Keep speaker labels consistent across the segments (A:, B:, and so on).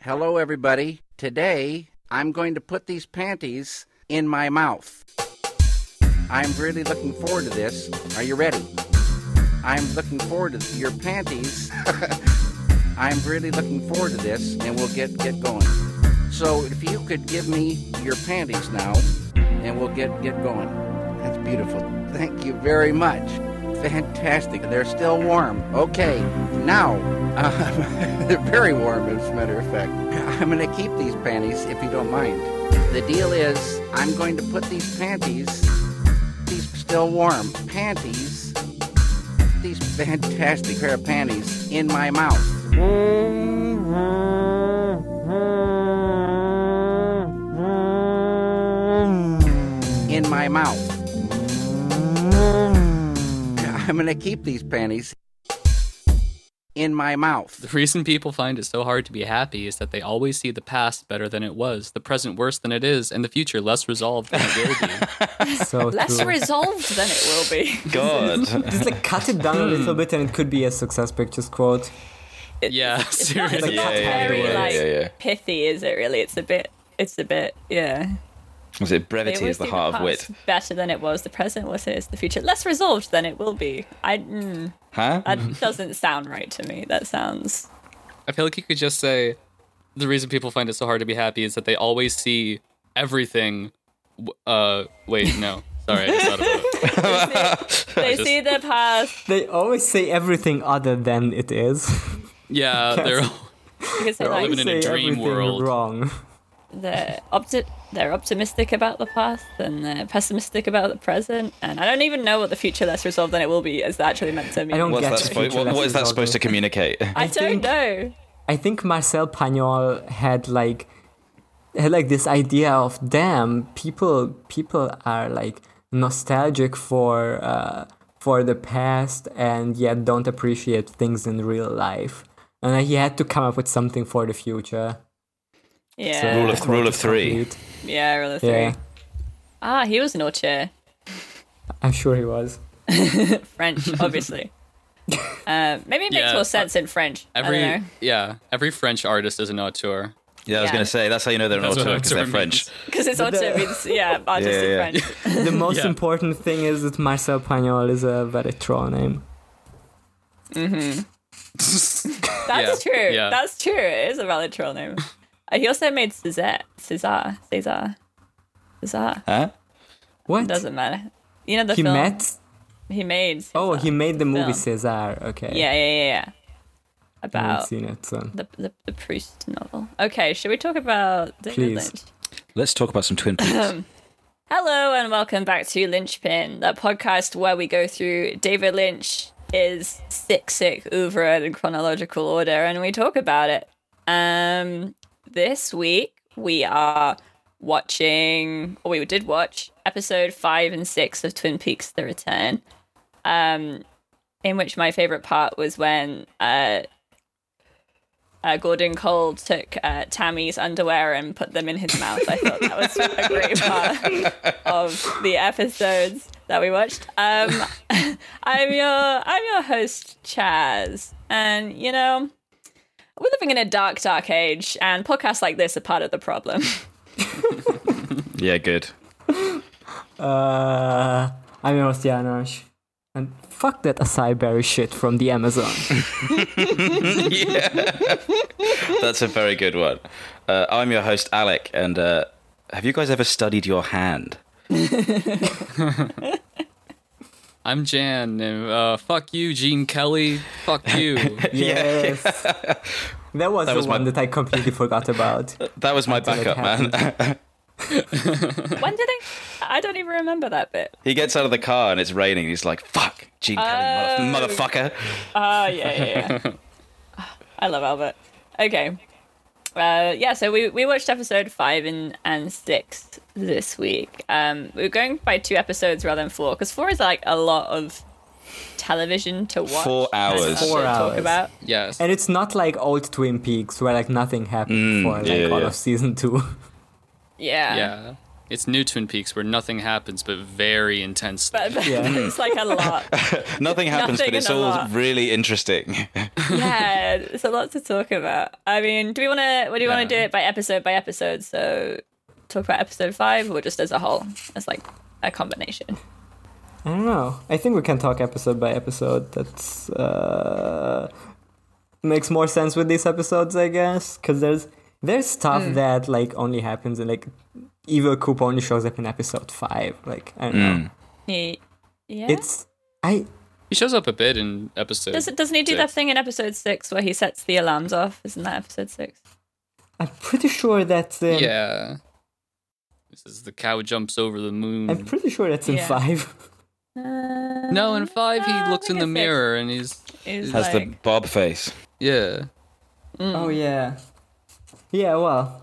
A: Hello, everybody. Today, I'm going to put these panties in my mouth. I'm really looking forward to this. Are you ready? I'm looking forward to your panties. I'm really looking forward to this, and we'll get, get going. So, if you could give me your panties now, and we'll get, get going. That's beautiful. Thank you very much. Fantastic. They're still warm. Okay, now, um, they're very warm, as a matter of fact. I'm going to keep these panties if you don't mind. The deal is, I'm going to put these panties, these still warm panties, these fantastic pair of panties in my mouth. In my mouth. I'm going to keep these panties in my mouth.
B: The reason people find it so hard to be happy is that they always see the past better than it was, the present worse than it is, and the future less resolved than it will be.
C: So
D: Less
C: true.
D: resolved than it will be.
E: God.
C: Just like cut it down a
B: Mm.
C: little bit, and it could be a success pictures quote.
B: yeah, seriously.
C: Yeah,
E: yeah, yeah,
D: Very
E: yeah,
D: like
E: yeah, yeah.
D: pithy, is it really? It's a bit. It's a bit. Yeah.
E: Was it
D: They
E: brevity
D: always
E: is the
D: do
E: heart of wit?
D: past Better than it was. The present was it is the future. Less resolved than it will be. I. Mm,
E: Huh?
D: that doesn't sound right to me. That sounds.
B: I feel like you could just say the reason people find it so hard to be happy is that they always see everything. w- Uh, wait, no. Sorry, I just thought about it.
D: They
B: just-
D: see the past
C: They always say everything other than it is.
B: Yeah, they're
D: because they're
B: living
D: like
B: in a
C: Say
B: dream
C: everything
B: world.
C: Wrong.
D: they're opti- they're optimistic about the past and they're pessimistic about the present. And I don't even know what the future less resolved than it will be is actually meant to mean.
C: I don't
E: What's
C: get
E: that
C: the
E: spo-
C: future
E: what, what is that
C: lessons
E: supposed to
C: of it.
E: communicate?
D: I
C: I
D: don't
C: think-
D: know.
C: I think Marcel Pagnol had like had like this idea of damn people people are like nostalgic for uh, for the past and yet don't appreciate things in real life. And he had to come up with something for the future.
D: Yeah.
E: Rule of-
C: the quote
E: rule of
C: is
E: three.
C: complete.
D: yeah, rule of three.
C: Yeah,
D: Ah, he was an auteur.
C: I'm sure he was.
D: French, obviously. uh, maybe it makes
B: Yeah,
D: more sense in French. I don't
B: Every
D: know.
B: yeah, every French artist is an auteur.
E: Yeah, I was
D: Yeah.
E: going to say, that's how you know they're an
B: That's what
E: auteur, because they're
B: auteur means.
E: French.
D: Because it's auteur means, yeah, artist
E: Yeah, yeah.
D: in French.
C: The most
B: Yeah.
C: important thing is that Marcel Pagnol is a very troll name.
D: That's
B: Yeah,
D: true.
B: yeah.
D: That's true. It is a valid troll name. Uh, he also made César. César. César. César.
E: Huh?
C: What?
D: Doesn't matter. You know the
C: he
D: film
C: met?
D: he made.
C: Oh, he made the movie
D: film.
C: Cesar. Okay.
D: Yeah, yeah, yeah, yeah.
C: I haven't
D: About
C: seen it, so.
D: the, the the Proust novel. Okay, should we talk about David
C: Please.
D: Lynch?
E: Let's talk about some Twin Peaks.
D: Hello and welcome back to Lynchpin, the podcast where we go through David Lynch is sick sick oeuvre in chronological order and we talk about it. Um this week we are watching or we did watch episode 5 and 6 of Twin Peaks The Return. Um in which my favorite part was when uh uh, Gordon Cole took uh, Tammy's underwear and put them in his mouth. I thought that was a great part of the episodes that we watched. Um, I'm your I'm your host Chaz, and you know we're living in a dark, dark age, and podcasts like this are part of the problem.
E: yeah, good.
C: Uh, I'm Ernst Janosch. And fuck that acai berry shit from the Amazon.
E: That's a very good one. Uh, I'm your host, Alec, and uh, have you guys ever studied your hand?
B: I'm Jan. And, uh, fuck you, Gene Kelly. Fuck you.
C: yes. That was the
E: was my-
C: one that I completely forgot about.
E: That was my
C: it
E: backup, man.
D: when did it? I don't even remember that bit.
E: he gets out of the car and it's raining. He's like, fuck, Gene Kelly, mother- motherfucker.
D: Oh yeah, yeah, yeah. I love Albert. Okay. Uh, yeah, so we, we watched episode five and, and six this week. Um, we were going by two episodes rather than four because four is like a lot of television to watch.
E: Four
D: and
E: hours.
D: stuff
C: Four
D: to Talk
C: hours.
D: about.
B: Yes.
C: And it's not like old Twin Peaks where like nothing happened for like
E: Mm, yeah,
C: all
E: yeah.
C: of season two.
D: Yeah.
B: yeah. It's new Twin Peaks where nothing happens but very intense.
D: But, but
C: Yeah.
D: it's like a lot.
E: Nothing happens,
D: Nothing
E: but it's
D: and a
E: all
D: lot.
E: really interesting.
D: yeah, it's a lot to talk about. I mean, do we want to? What do you want to
B: Yeah.
D: do it by episode by episode? So talk about episode five, or just as a whole, as like a combination.
C: I don't know. I think we can talk episode by episode. That's uh, makes more sense with these episodes, I guess, because there's there's stuff
E: Mm.
C: that like only happens in like evil Coop only shows up in episode five. Like I don't
E: Mm.
C: know.
D: Ye- Yeah.
C: It's I
B: He shows up a bit in episode.
D: does it, doesn't he do that
B: six.
D: thing in episode six where he sets the alarms off? Isn't that episode six?
C: I'm pretty sure that's in.
B: Yeah. This is the cow jumps over the moon.
C: I'm pretty sure that's in
D: Yeah.
C: five.
D: Uh,
B: no, in five
D: no, I
B: he looks in the
D: think it's six.
B: mirror and he's
D: He's like,
E: Has the bob face.
B: yeah.
D: Mm.
C: Oh yeah. Yeah. Well.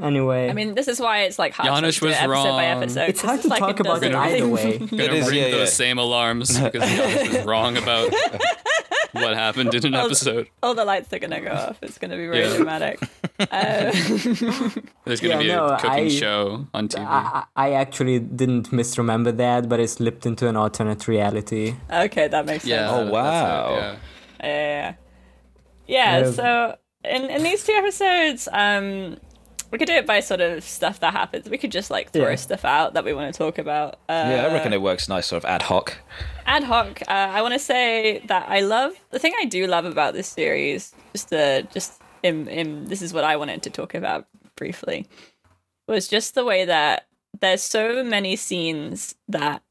C: Anyway.
D: I mean, this is why it's like hard
B: Janusz
D: to do
B: was
D: it episode by
B: wrong.
D: episode.
C: it's
D: 'cause
C: hard to
D: like
C: talk about it
D: doesn't-
C: either way.
B: Gonna
E: is,
B: ring
E: yeah,
B: those
E: yeah.
B: same alarms because he was wrong about what happened in an episode.
D: All the lights are gonna go off. It's gonna be really
B: Yeah.
D: dramatic. Uh,
B: There's gonna
C: Yeah,
B: be a
C: no,
B: cooking
C: I-
B: show on TV.
C: I, I I actually didn't misremember that, but it slipped into an alternate reality.
D: okay, that makes sense.
B: yeah.
E: Oh,
B: that's it,
E: wow.
B: yeah.
D: yeah. Yeah,
C: Yeah.
D: so in, in these two episodes, um, we could do it by sort of stuff that happens. We could just like throw
C: Yeah.
D: stuff out that we want to talk about. Uh,
E: Yeah, I reckon it works nice, sort of ad hoc.
D: Ad hoc, uh, I want to say that I love the thing I do love about this series. Just, uh, just in, in this is what I wanted to talk about briefly was just the way that there's so many scenes that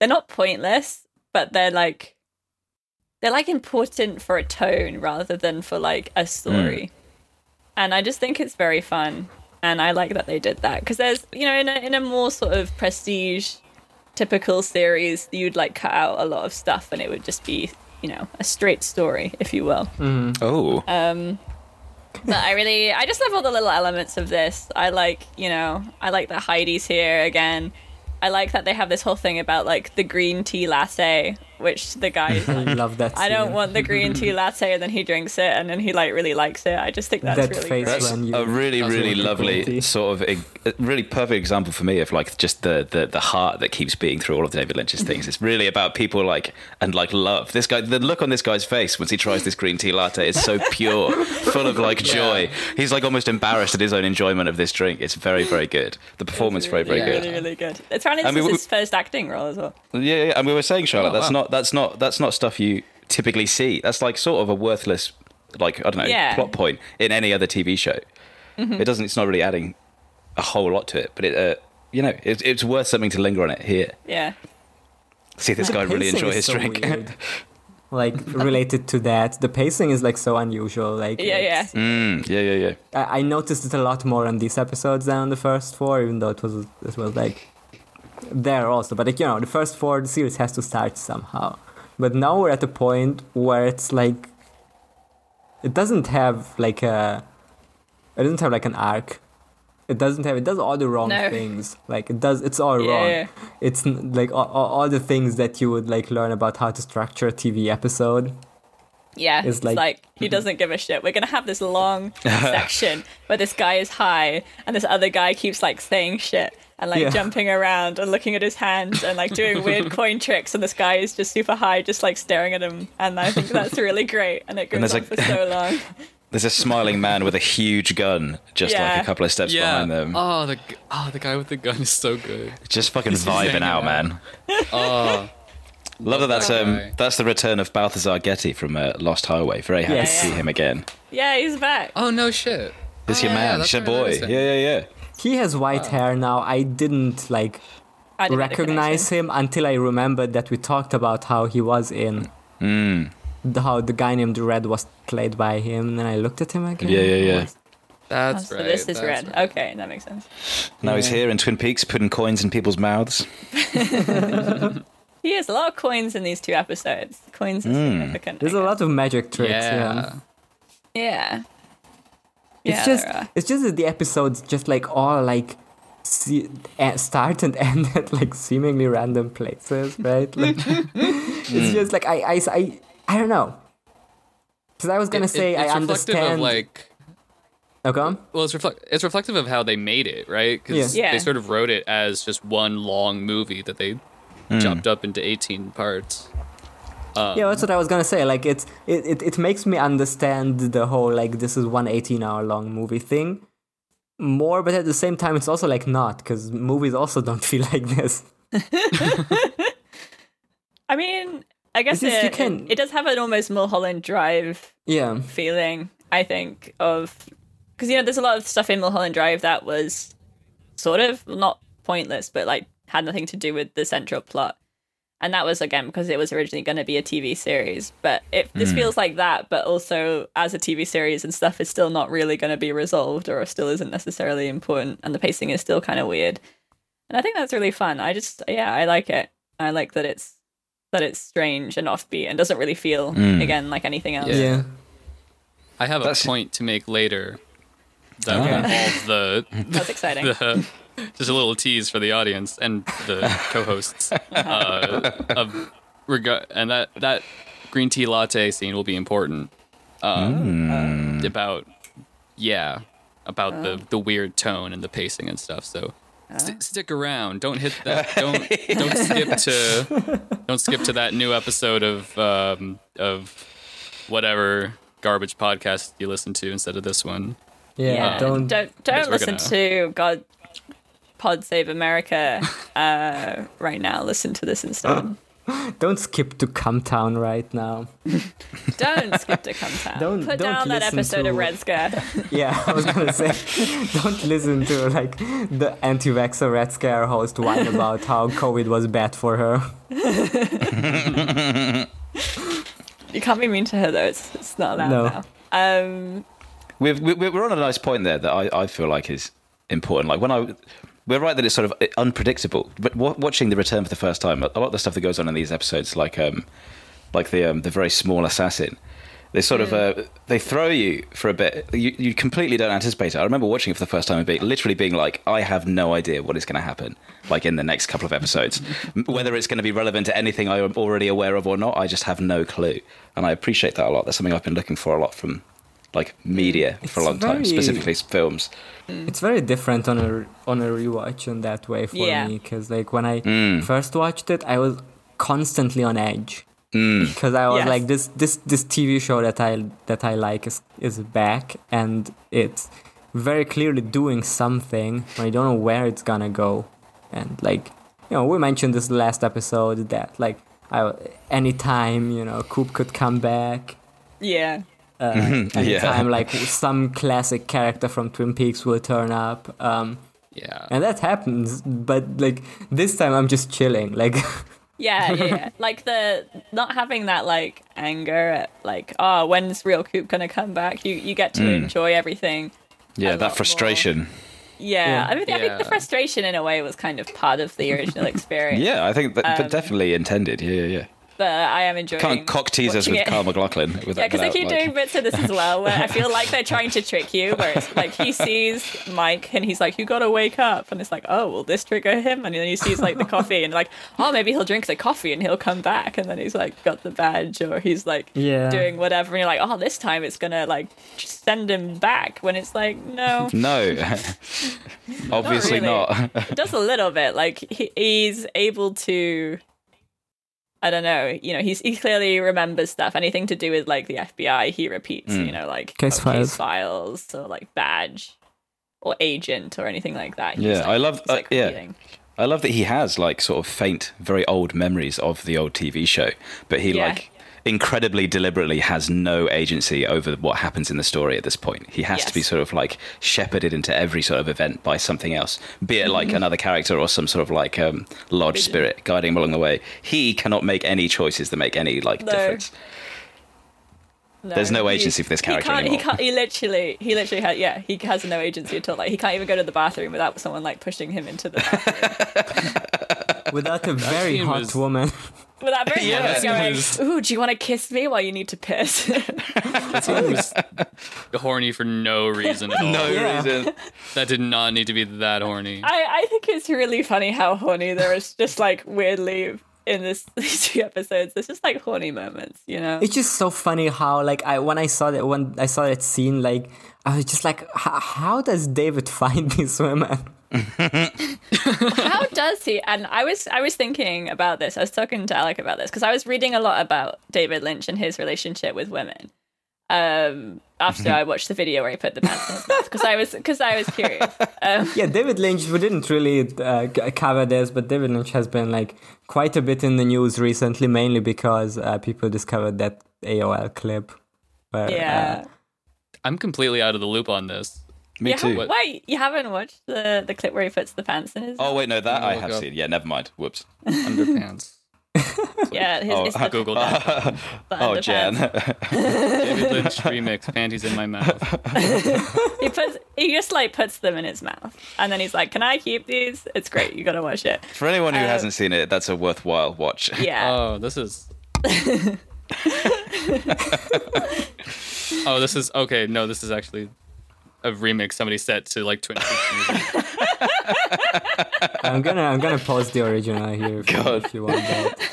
D: they're not pointless, but they're like they're like important for a tone rather than for like a story. And I just think it's very fun, and I like that they did that because there's you know in a in a more sort of prestige typical series you'd like cut out a lot of stuff and it would just be you know a straight story if you will
E: Oh.
D: um, but I really, I just love all the little elements of this. I like, you know, I like that Heidi's here again. I like that they have this whole thing about like the green tea latte, which the guy is
C: I
D: like,
C: love that.
D: I don't
C: scene.
D: want the green tea latte, and then he drinks it, and then he like really likes it. I just think that's
C: that
D: really
C: face
D: great.
E: That's
C: when you.
E: a really,
B: That's
E: really
B: really
E: lovely
C: cool.
E: sort of, e-, a really perfect example for me of like just the, the the heart that keeps beating through all of David Lynch's things. It's really about people like and like love. This guy, the look on this guy's face once he tries this green tea latte is so pure, full of like joy. He's like almost embarrassed at his own enjoyment of this drink. It's very, very good. The performance, very, very
D: really,
E: good.
D: Really, really good. It's around
E: I mean, we-
D: his first acting role as well.
E: Yeah, yeah, and we were saying, Charlotte,
B: Oh,
E: that's
B: wow.
E: not that's not that's not stuff you typically see. That's like sort of a worthless, like I don't know,
D: Yeah.
E: plot point in any other TV show. It doesn't. It's not really adding a whole lot to it, but it, uh, you know, it, it's worth something to linger on it here.
D: Yeah.
E: See this guy really
C: pacing
E: enjoy
C: is
E: his
C: so
E: drink.
C: weird. like related to that, the pacing is like so unusual. Like
D: Yeah, yeah.
C: it's-
E: Mm, yeah, yeah, yeah.
C: I, I noticed it a lot more on these episodes than on the first four, even though it was it was like there also. But like you know, the first four the series has to start somehow. But now we're at a point where it's like it doesn't have like a it doesn't have like an arc. It doesn't have it does all the wrong
D: No.
C: things. Like it does it's all
D: Yeah.
C: wrong. It's n- like all, all all the things that you would like learn about how to structure a TV episode.
D: Yeah,
C: It's
D: it's,
C: like-
D: like, he doesn't give a shit. We're gonna have this long section where this guy is high and this other guy keeps like saying shit and like
C: Yeah.
D: jumping around and looking at his hands and like doing weird coin tricks and this guy is just super high, just like staring at him. And I think that's really great. And it goes
E: there's,
D: on
E: like-
D: for so long.
E: There's a smiling man with a huge gun, just like
D: Yeah.
E: a couple of steps
B: Yeah.
E: behind them,
B: Oh, the g- oh, the guy with the gun is so good.
E: just fucking
B: just
E: vibing
B: hanging out.
E: out, man.
B: Oh,
E: Love that. That's
B: that
E: um,
B: guy.
E: that's the return of Balthazar Getty from uh, Lost Highway. Very happy
C: Yes.
E: to see him again.
D: Yeah, he's back.
B: oh no shit.
E: It's
B: Oh,
E: your
B: yeah,
E: man.
B: that's
E: it's your
B: what I
E: boy.
B: noticed
E: Yeah,
B: then.
E: yeah, yeah.
C: He has white hair now. I didn't like
D: I didn't make the
C: recognize him until I remembered that we talked about how he was in
E: Mm.
C: the- how the guy named Red was played by him, and then I looked at him again.
E: Yeah, yeah, yeah.
D: connection.
B: That's
D: Oh, so
B: right.
D: this is
B: that's
D: red.
B: right.
D: Okay, that makes sense.
E: Now he's here in Twin Peaks, putting coins in people's mouths.
D: He has a lot of coins in these two episodes. Coins are significant.
C: There's
D: I
C: a
D: guess.
C: lot of magic tricks. Yeah,
B: Yeah.
D: Yeah.
C: it's
D: yeah,
C: just
D: there are.
C: it's just that the episodes just like all like see, eh, start and end at like seemingly random places, right? Like,
E: Hmm.
C: it's just like I I I, I don't know. Because I was gonna
B: It-
C: say
B: it- it's
C: I
B: reflective
C: understand. Oh,
B: Of like,
C: Okay.
B: Well, it's reflect it's reflective of how they made it, right? Because
D: Yeah. Yeah.
B: they sort of wrote it as just one long movie that they
C: Hmm.
B: chopped up into eighteen parts.
C: yeah, that's what I was gonna say. Like, it's it, it, it makes me understand the whole like this is one 18 hour long movie thing more, but at the same time, it's also like not because movies also don't feel like this.
D: I mean, I guess
C: It is-
D: it,
C: you can-
D: it, does have an almost Mulholland Drive
C: Yeah,
D: feeling, I think, of because you know there's a lot of stuff in Mulholland Drive that was sort of well, not pointless, but like had nothing to do with the central plot, and that was again because it was originally going to be a TV series. But it this feels like that, but also as a TV series and stuff is still not really going to be resolved or still isn't necessarily important, and the pacing is still kind of weird. And I think that's really fun. I just yeah, I like it. I like that it's that it's strange and offbeat and doesn't really feel again like anything else.
B: Yeah.
C: yeah.
B: I have
E: That's-
B: a point to make later that
C: Oh.
E: Ah.
B: involves
C: Hmm.
B: the
D: That's exciting.
B: the just a little tease for the audience and the co-hosts uh, of reg- and that that green tea latte scene will be important uh, about yeah about the the weird tone and the pacing and stuff so st- stick around don't hit that don't don't skip to don't skip to that new episode of um, of whatever garbage podcast you listen to instead of this one
C: Yeah,
D: Yeah,
C: don't.
D: don't don't,
B: Yes, we're
D: listen
B: gonna-
D: to God Pod Save America uh, right now. Listen to this instead.
C: Don't skip to Come Town right now.
D: don't skip to Come Town.
C: Don't-
D: Put
C: don't
D: down that
C: listen
D: episode of
C: to-
D: Red Scare.
C: Yeah, I was gonna say, don't listen to like the anti-vaxxer Red Scare host whine about how COVID was bad for her.
D: You can't be mean to her though. It's it's not allowed
C: No.
D: now. Um,
E: We've, we- we're on a nice point there that I, I feel like is important. Like when I, we're right that it's sort of uh, unpredictable. But wa- watching the return for the first time, a lot of the stuff that goes on in these episodes, like um, like the um, the very small assassin, they sort
D: Hmm.
E: of uh, they throw you for a bit. You you completely don't anticipate it. I remember watching it for the first time and being literally being like, I have no idea what is going to happen. Like in the next couple of episodes, M- whether it's going to be relevant to anything I am already aware of or not, I just have no clue. And I appreciate that a lot. That's something I've been looking for a lot from like media for a
C: It's
E: long time,
C: very-
E: specifically s- films.
C: It's very different on a on a rewatch in that way for me, 'cause
D: Yeah.
C: me because like when I first watched it, I was constantly on edge
E: Hmm.
C: because I was
D: Yes.
C: like this this this TV show that I that I like is is back and it's very clearly doing something, but I don't know where it's gonna go, and like you know we mentioned this last episode that like I anytime you know Coop could come back
D: yeah.
C: anytime like some classic character from Twin Peaks will turn up. Um,
B: yeah
C: and that happens, but like this time I'm just chilling. Like
D: Yeah, yeah, yeah. like the not having that like anger at like oh when's real Coop gonna come back? You you get to enjoy everything.
E: Yeah,
D: lot more.
E: that frustration.
D: Yeah,
C: Yeah.
D: I mean I think the
B: Yeah.
D: frustration in a way was kind of part of the original experience.
E: Yeah, I think that,
D: Um,
E: but definitely intended. Yeah, yeah, yeah.
D: but I am enjoying.
E: Kind of cock teasers
D: watching
E: with
D: it.
E: Carl McLaughlin. With
D: Yeah,
E: that
D: because they
E: without,
D: keep
E: like-
D: doing bits of this as well, where I feel like they're trying to trick you, where it's like he sees Mike and he's like, "You gotta wake up," and it's like, "Oh, will this trigger him?" And then he sees like the coffee, and like, "Oh, maybe he'll drink the coffee and he'll come back," and then he's like, got the badge, or he's like,
C: Yeah.
D: doing whatever, and you're like, "Oh, this time it's gonna like just send him back," when it's like, no,
E: No,
D: really.
E: obviously not.
D: it does a little bit. Like he, he's able to. I don't know. You know, he's he clearly remembers stuff. Anything to do with like the FBI, he repeats.
E: Hmm.
D: You know, like
C: Case files.
D: files, or like badge, or agent, or anything like that. He's,
E: Yeah,
D: like-
E: I love-
D: he's, like,
E: uh, yeah.
D: repeating.
E: I love that he has like sort of faint, very old memories of the old TV show, but he
D: Yeah.
E: like incredibly deliberately has no agency over what happens in the story at this point. He has
D: Yes.
E: to be sort of like shepherded into every sort of event by something else, be it
D: Mm-hmm.
E: like another character or some sort of like um, lodge spirit guiding him along the way. He cannot make any choices that make any like
D: No.
E: difference. There's no agency for this character
D: He can't,
E: anymore.
D: He can't. He literally. He literally has. Yeah, he has no agency at all. Like he can't even go to the bathroom without someone like pushing him into the bathroom.
C: without a very
B: scene
C: hot
B: was-
C: woman.
D: without very
E: Yeah,
D: much
E: that
D: going.
B: was-
D: Ooh, do you want to kiss me while you need to piss?
B: He was horny for no reason at all.
E: No
C: Yeah.
E: reason.
B: That did not need to be that horny.
D: I, I think it's really funny how horny there is just like weirdly in this these two episodes. It's just like horny moments, you know.
C: It's just so funny how like I when I saw that when I saw that scene, like I was just like, "H- how does David find these women?
D: How does he? And I was I was thinking about this. I was talking to Alec about this because I was reading a lot about David Lynch and his relationship with women. Um, after I watched the video where he put the pants in his mouth, because I was because I was curious.
C: Yeah, David Lynch. We didn't really uh, c- cover this, but David Lynch has been like quite a bit in the news recently, mainly because uh, people discovered that AOL clip. Where,
D: Yeah,
C: uh,
B: I'm completely out of the loop on this.
E: Me
D: yeah.
E: too.
D: Why you haven't watched the the clip where he puts the pants in his?
E: Oh wait, no, that I
B: Oh,
E: have
B: God.
E: seen. Yeah, never mind. Whoops.
B: Underpants.
D: yeah, his,
E: Oh,
D: it's the,
B: Google that.
D: the
E: Oh,
D: underpants.
E: Jan.
B: David Lynch remix. Panties in my mouth.
D: He puts he just like puts them in his mouth, and then he's like, "Can I keep these? It's great. You gotta watch it."
E: For anyone who hasn't seen it, that's a worthwhile watch.
D: Uh, Yeah.
B: Oh, this is. oh, this is okay. No, this is actually a remix somebody set to like Twin Peaks music.
C: I'm gonna I'm gonna post the original here if, you-
E: God.
C: if you want that.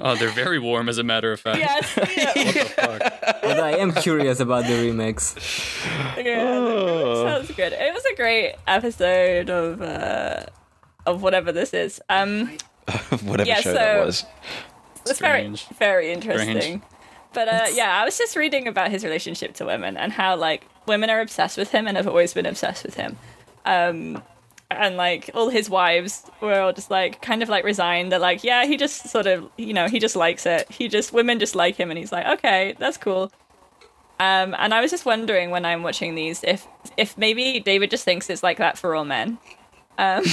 B: Oh, they're very warm, as a matter of fact.
D: Yes.
B: What the fuck?
C: But I am curious about the remix.
D: Sounds good. It was a great episode of uh, of whatever this is. Um,
E: Whatever
D: Yeah,
E: show that
D: so-
E: was.
D: it's very
B: Strange.
D: very interesting.
B: Strange.
D: But uh, yeah, I was just reading about his relationship to women and how like women are obsessed with him and have always been obsessed with him. Um, and like all his wives were all just like kind of like resigned. They're like, yeah, he just sort of you know he just likes it. He just women just like him, and he's like, okay, that's cool. Um, and I was just wondering when I'm watching these if if maybe David just thinks it's like that for all men. Um,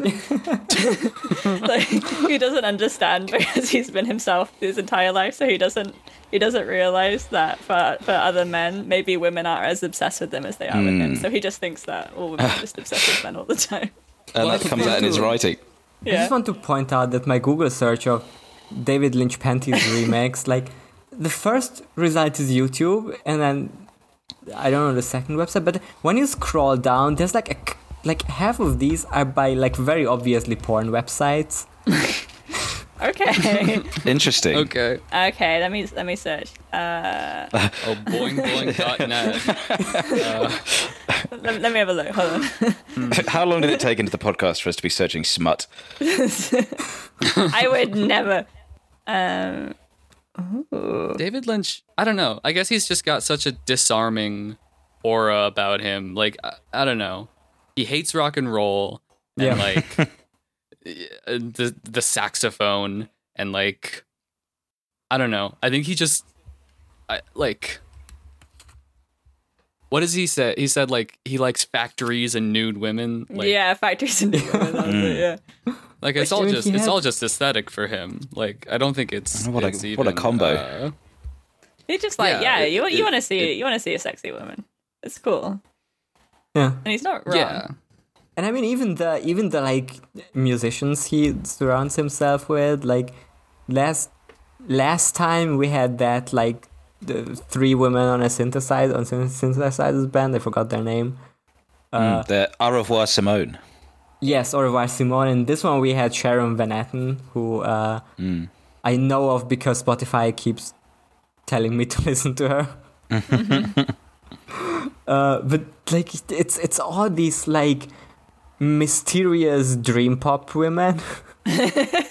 D: like, he doesn't understand because he's been himself his entire life, so he doesn't he doesn't realize that for for other men, maybe women aren't as obsessed with them as they are with
C: Hmm.
D: him. So he just thinks that all women are just obsessed with men all the time.
E: And
C: Well,
E: that
C: I
E: comes out in his
C: do.
E: writing.
C: I just
D: Yeah,
C: want to point out that my Google search of David Lynch panties remix, like the first result is YouTube, and then I don't know the second website. But when you scroll down, there's like a c like half of these are by like very obviously porn websites.
D: okay,
E: Interesting.
B: Okay.
D: okay. Let me let me search. Uh,
B: Oh, boingboing.net.
D: let, let me have a look. Hold on.
E: How long did it take into the podcast for us to be searching smut?
D: I would never. Um, ooh.
B: David Lynch, I don't know. I guess he's just got such a disarming aura about him. Like, I, I don't know. He hates rock and roll and
C: Yeah.
B: like uh, the the saxophone and like I don't know. I think he just I, like what does he say? He said like he likes factories and nude women. Like,
D: yeah, factories and
C: Hmm.
D: yeah.
B: like
C: Which
B: it's all
C: I mean,
B: just
C: he
B: it's
C: had-
B: all just aesthetic for him. Like I don't think it's
E: What a-
B: it's
E: what a
B: even,
E: combo.
B: uh,
D: He's just like,
B: Yeah,
D: yeah,
B: it-
D: you you
B: it-
D: want to see
B: it-
D: you want to see a sexy woman. It's cool,
C: Yeah.
D: and he's not wrong.
B: yeah.
C: And I mean, even the even the like musicians he surrounds himself with, like last last time we had that like the three women on a synthesizer on syn- synthesizers band. I forgot their name. Uh,
E: The Au revoir Simone.
C: Yes, Orvar Simon. And this one we had Sharon Van Etten, who uh, I know of because Spotify keeps telling me to listen to her. uh, but like it's it's all these like mysterious dream pop women.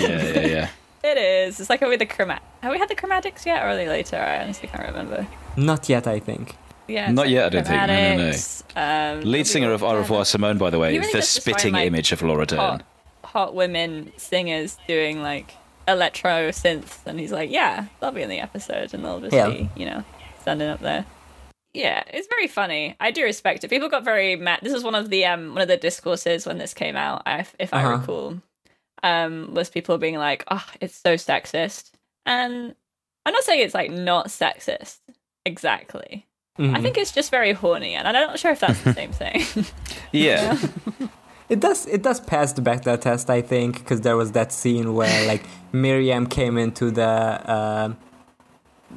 E: Yeah, yeah, yeah.
D: It is. It's like with the chromat. Have we had the chromatics yet, or are they later? I honestly can't remember.
C: Not yet, I think.
D: Yeah, it's
E: Not
D: like
E: yet, I don't think. No, no, no.
D: chromatics, Um,
E: Lead singer of Au revoir Simone, by the way,
D: He
E: is
D: really
E: the
D: does just
E: spitting
D: find, like,
E: image of Laura Dern.
D: hot, hot women singers doing like electro synths, and he's like, yeah, they'll be in the episode, and they'll just
C: Yeah.
D: be, you know, standing up there. Yeah, it's very funny. I do respect it. People got very mad. This is one of the um one of the discourses when this came out, I- if I
C: Uh-huh.
D: recall, um, was people being like, oh, it's so sexist, and I'm not saying it's like not sexist exactly. I
C: Mhm.
D: think it's just very horny, and I'm not sure if that's the same thing.
E: Yeah.
C: It does it does pass the Bechdel test, I think, because there was that scene where like Miriam came into the. Uh,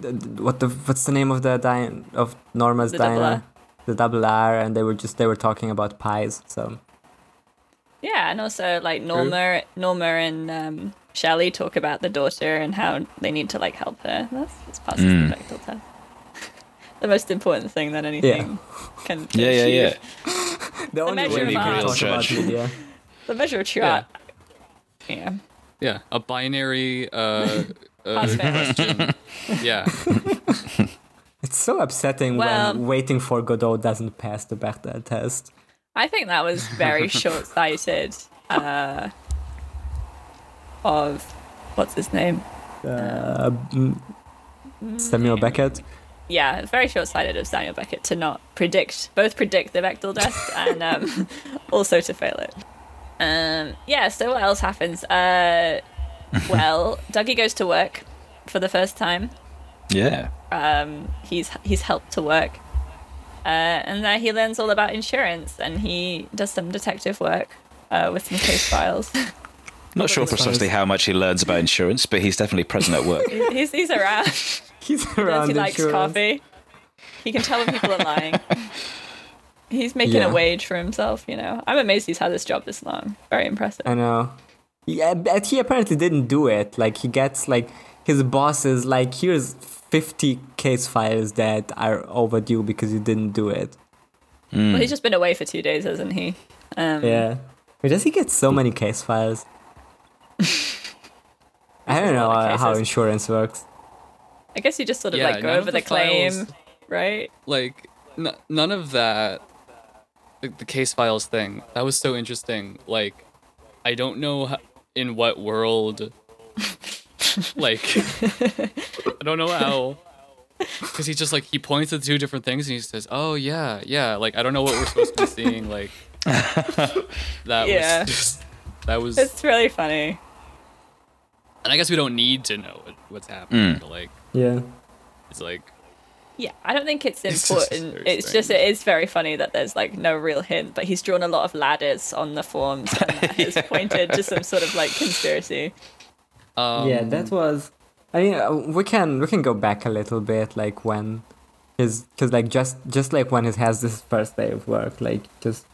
C: the- the- what the what's the name of the Dian of Norma's
D: The double
C: diner? The double R, and they were just they were talking about pies. So
D: Yeah, and also like Norma, Norma and um, Shelley talk about the daughter and how they need to like help her. That's, that's passes
E: Mm.
D: the practical test. The most important thing that anything can
E: Yeah, yeah,
D: achieve.
E: yeah.
C: The only
D: measure
C: way
D: of
C: we can
D: art.
C: talk about
E: Church.
C: it, yeah.
D: The measure of true
B: Yeah.
D: art. Yeah.
B: Yeah, a binary. Uh, uh,
D: Pass fail.
B: yeah,
C: It's so upsetting
D: Well-
C: when waiting for Godot doesn't pass the Bechdel test.
D: I think that was very short sighted uh, of what's his name?
C: Uh, mm, Samuel
D: mm.
C: Beckett.
D: yeah, it's very short-sighted of Samuel Beckett to not predict, both predict the Bechdel test and um, also to fail it. Um, yeah. So what else happens? Uh, well, Dougie goes to work for the first time.
E: Yeah.
D: Um, he's he's helped to work, uh, and there he learns all about insurance and he does some detective work uh, with some case files.
E: Not sure precisely how much he learns about insurance, but he's definitely present at work.
D: he's he's around.
C: He's
D: Because
C: around
D: he likes
C: insurance.
D: coffee. He can tell when people are lying. He's making
C: Yeah.
D: a wage for himself, you know. I'm amazed he's had this job this long. Very impressive.
C: I know. Yeah, but he apparently didn't do it. Like he gets like his boss is like, here's fifty case files that are overdue because you didn't do it.
D: Well, he's just been away for two days, hasn't he? Um,
C: Mm. Yeah. Where does he get so many case files? I don't know
D: lot of
C: uh, how
D: cases.
C: insurance works.
D: I guess you just sort of
B: Yeah,
D: like go
B: none of
D: over the,
B: the
D: claim,
B: files-
D: right?
B: like n- none of that. The, the case files thing that was so interesting. Like, I don't know ho- in what world. like, I don't know how. Because he just like he points at two different things and he says, "Oh yeah, yeah." Like I don't know what we're supposed to be seeing. Like that
D: Yeah.
B: was just that was
D: It's really funny.
B: and I guess we don't need to know what, what's
D: Hmm.
B: happening. But like,
C: Yeah.
B: it's like,
D: Yeah, I don't think it's
B: It's just
D: important.
B: very
D: It's just, it is very funny that there's like no real hint, but he's drawn a lot of ladders on the forms and that has pointed to some sort of like conspiracy.
B: um,
C: yeah, that was. I mean, uh, we can we can go back a little bit, like when his because like just just like when he has this first day of work, like just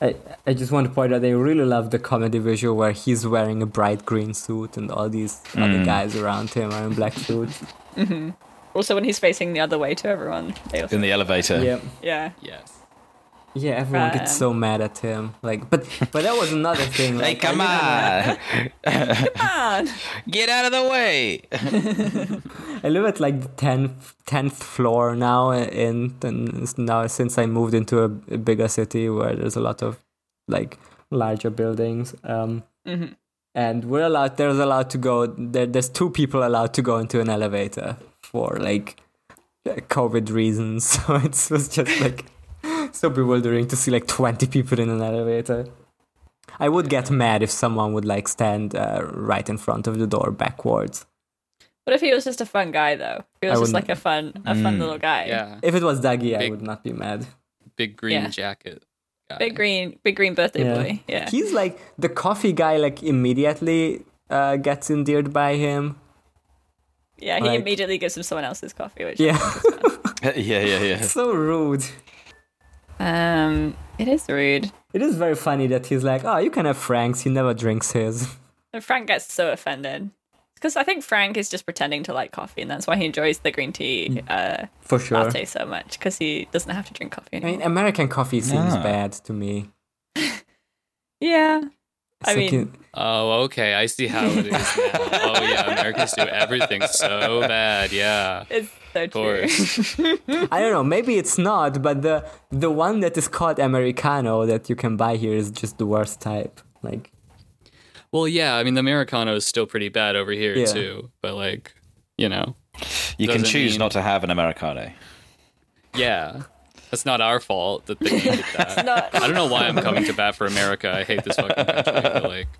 C: I I just want to point out I really love the comedy visual where he's wearing a bright green suit and all these other
E: Hmm.
C: guys around him are in black suits.
D: Mm-hmm. Also, when he's facing the other way to everyone, they also,
E: In the elevator.
C: yeah.
D: yeah.
B: yes.
C: Yeah, everyone gets
D: Um,
C: so mad at him. Like, but but that was another thing.
E: Hey,
C: Like,
E: come
C: I really-
E: on!
D: Man,
E: Get out of the way!
C: I live at like the tenth tenth floor now, in and now since I moved into a, a bigger city where there's a lot of like larger buildings. Um,
B: Mm-hmm.
C: And we're allowed. There's allowed to go. There, there's two people allowed to go into an elevator for like uh, COVID reasons. So it was just like so bewildering to see like twenty people in an elevator. I would get mad if someone would like stand uh, right in front of the door backwards.
D: What if he was just a fun guy though? He was
C: I
D: just
C: wouldn't-
D: like a fun, a fun little guy.
B: Mm. Yeah.
C: If it was Dougie, I
B: Big-
C: would not be mad.
B: Big green
D: Yeah.
B: jacket. guy.
D: Big green, big green birthday boy. Yeah.
C: He's like the coffee guy. Like immediately uh, gets endeared by him.
D: yeah. He
C: like-
D: immediately gives him someone else's coffee, which
C: Yeah,
E: yeah, yeah, yeah.
C: so rude.
D: um, it is rude.
C: It is very funny that he's like, "Oh, you can have Frank's. He never drinks his."
D: And Frank gets so offended because I think Frank is just pretending to like coffee, and that's why he enjoys the green tea
B: Mm.
D: uh,
C: For sure.
D: latte so much because he doesn't have to drink coffee
C: I mean,
D: anymore.
C: American coffee seems
E: Ah.
C: bad to me.
D: Yeah.
C: It's
D: I
C: like
D: mean,
C: you-
B: Oh, okay. I see how it is now. oh, yeah. Americans do everything so bad. Yeah.
D: it's so
B: Of
D: true.
B: course.
C: I don't know. Maybe it's not, but the the one that is called americano that you can buy here is just the worst type. Like,
B: Well, yeah. I mean, the Americano is still pretty bad over here,
C: Yeah.
B: too. But, like, you know,
E: You can
B: Doesn't
E: choose
B: mean-
E: not to have an Americano.
B: yeah. That's not our fault that they did that.
D: Not-
B: I don't know why I'm coming to bat for America. I hate this fucking country. But, like,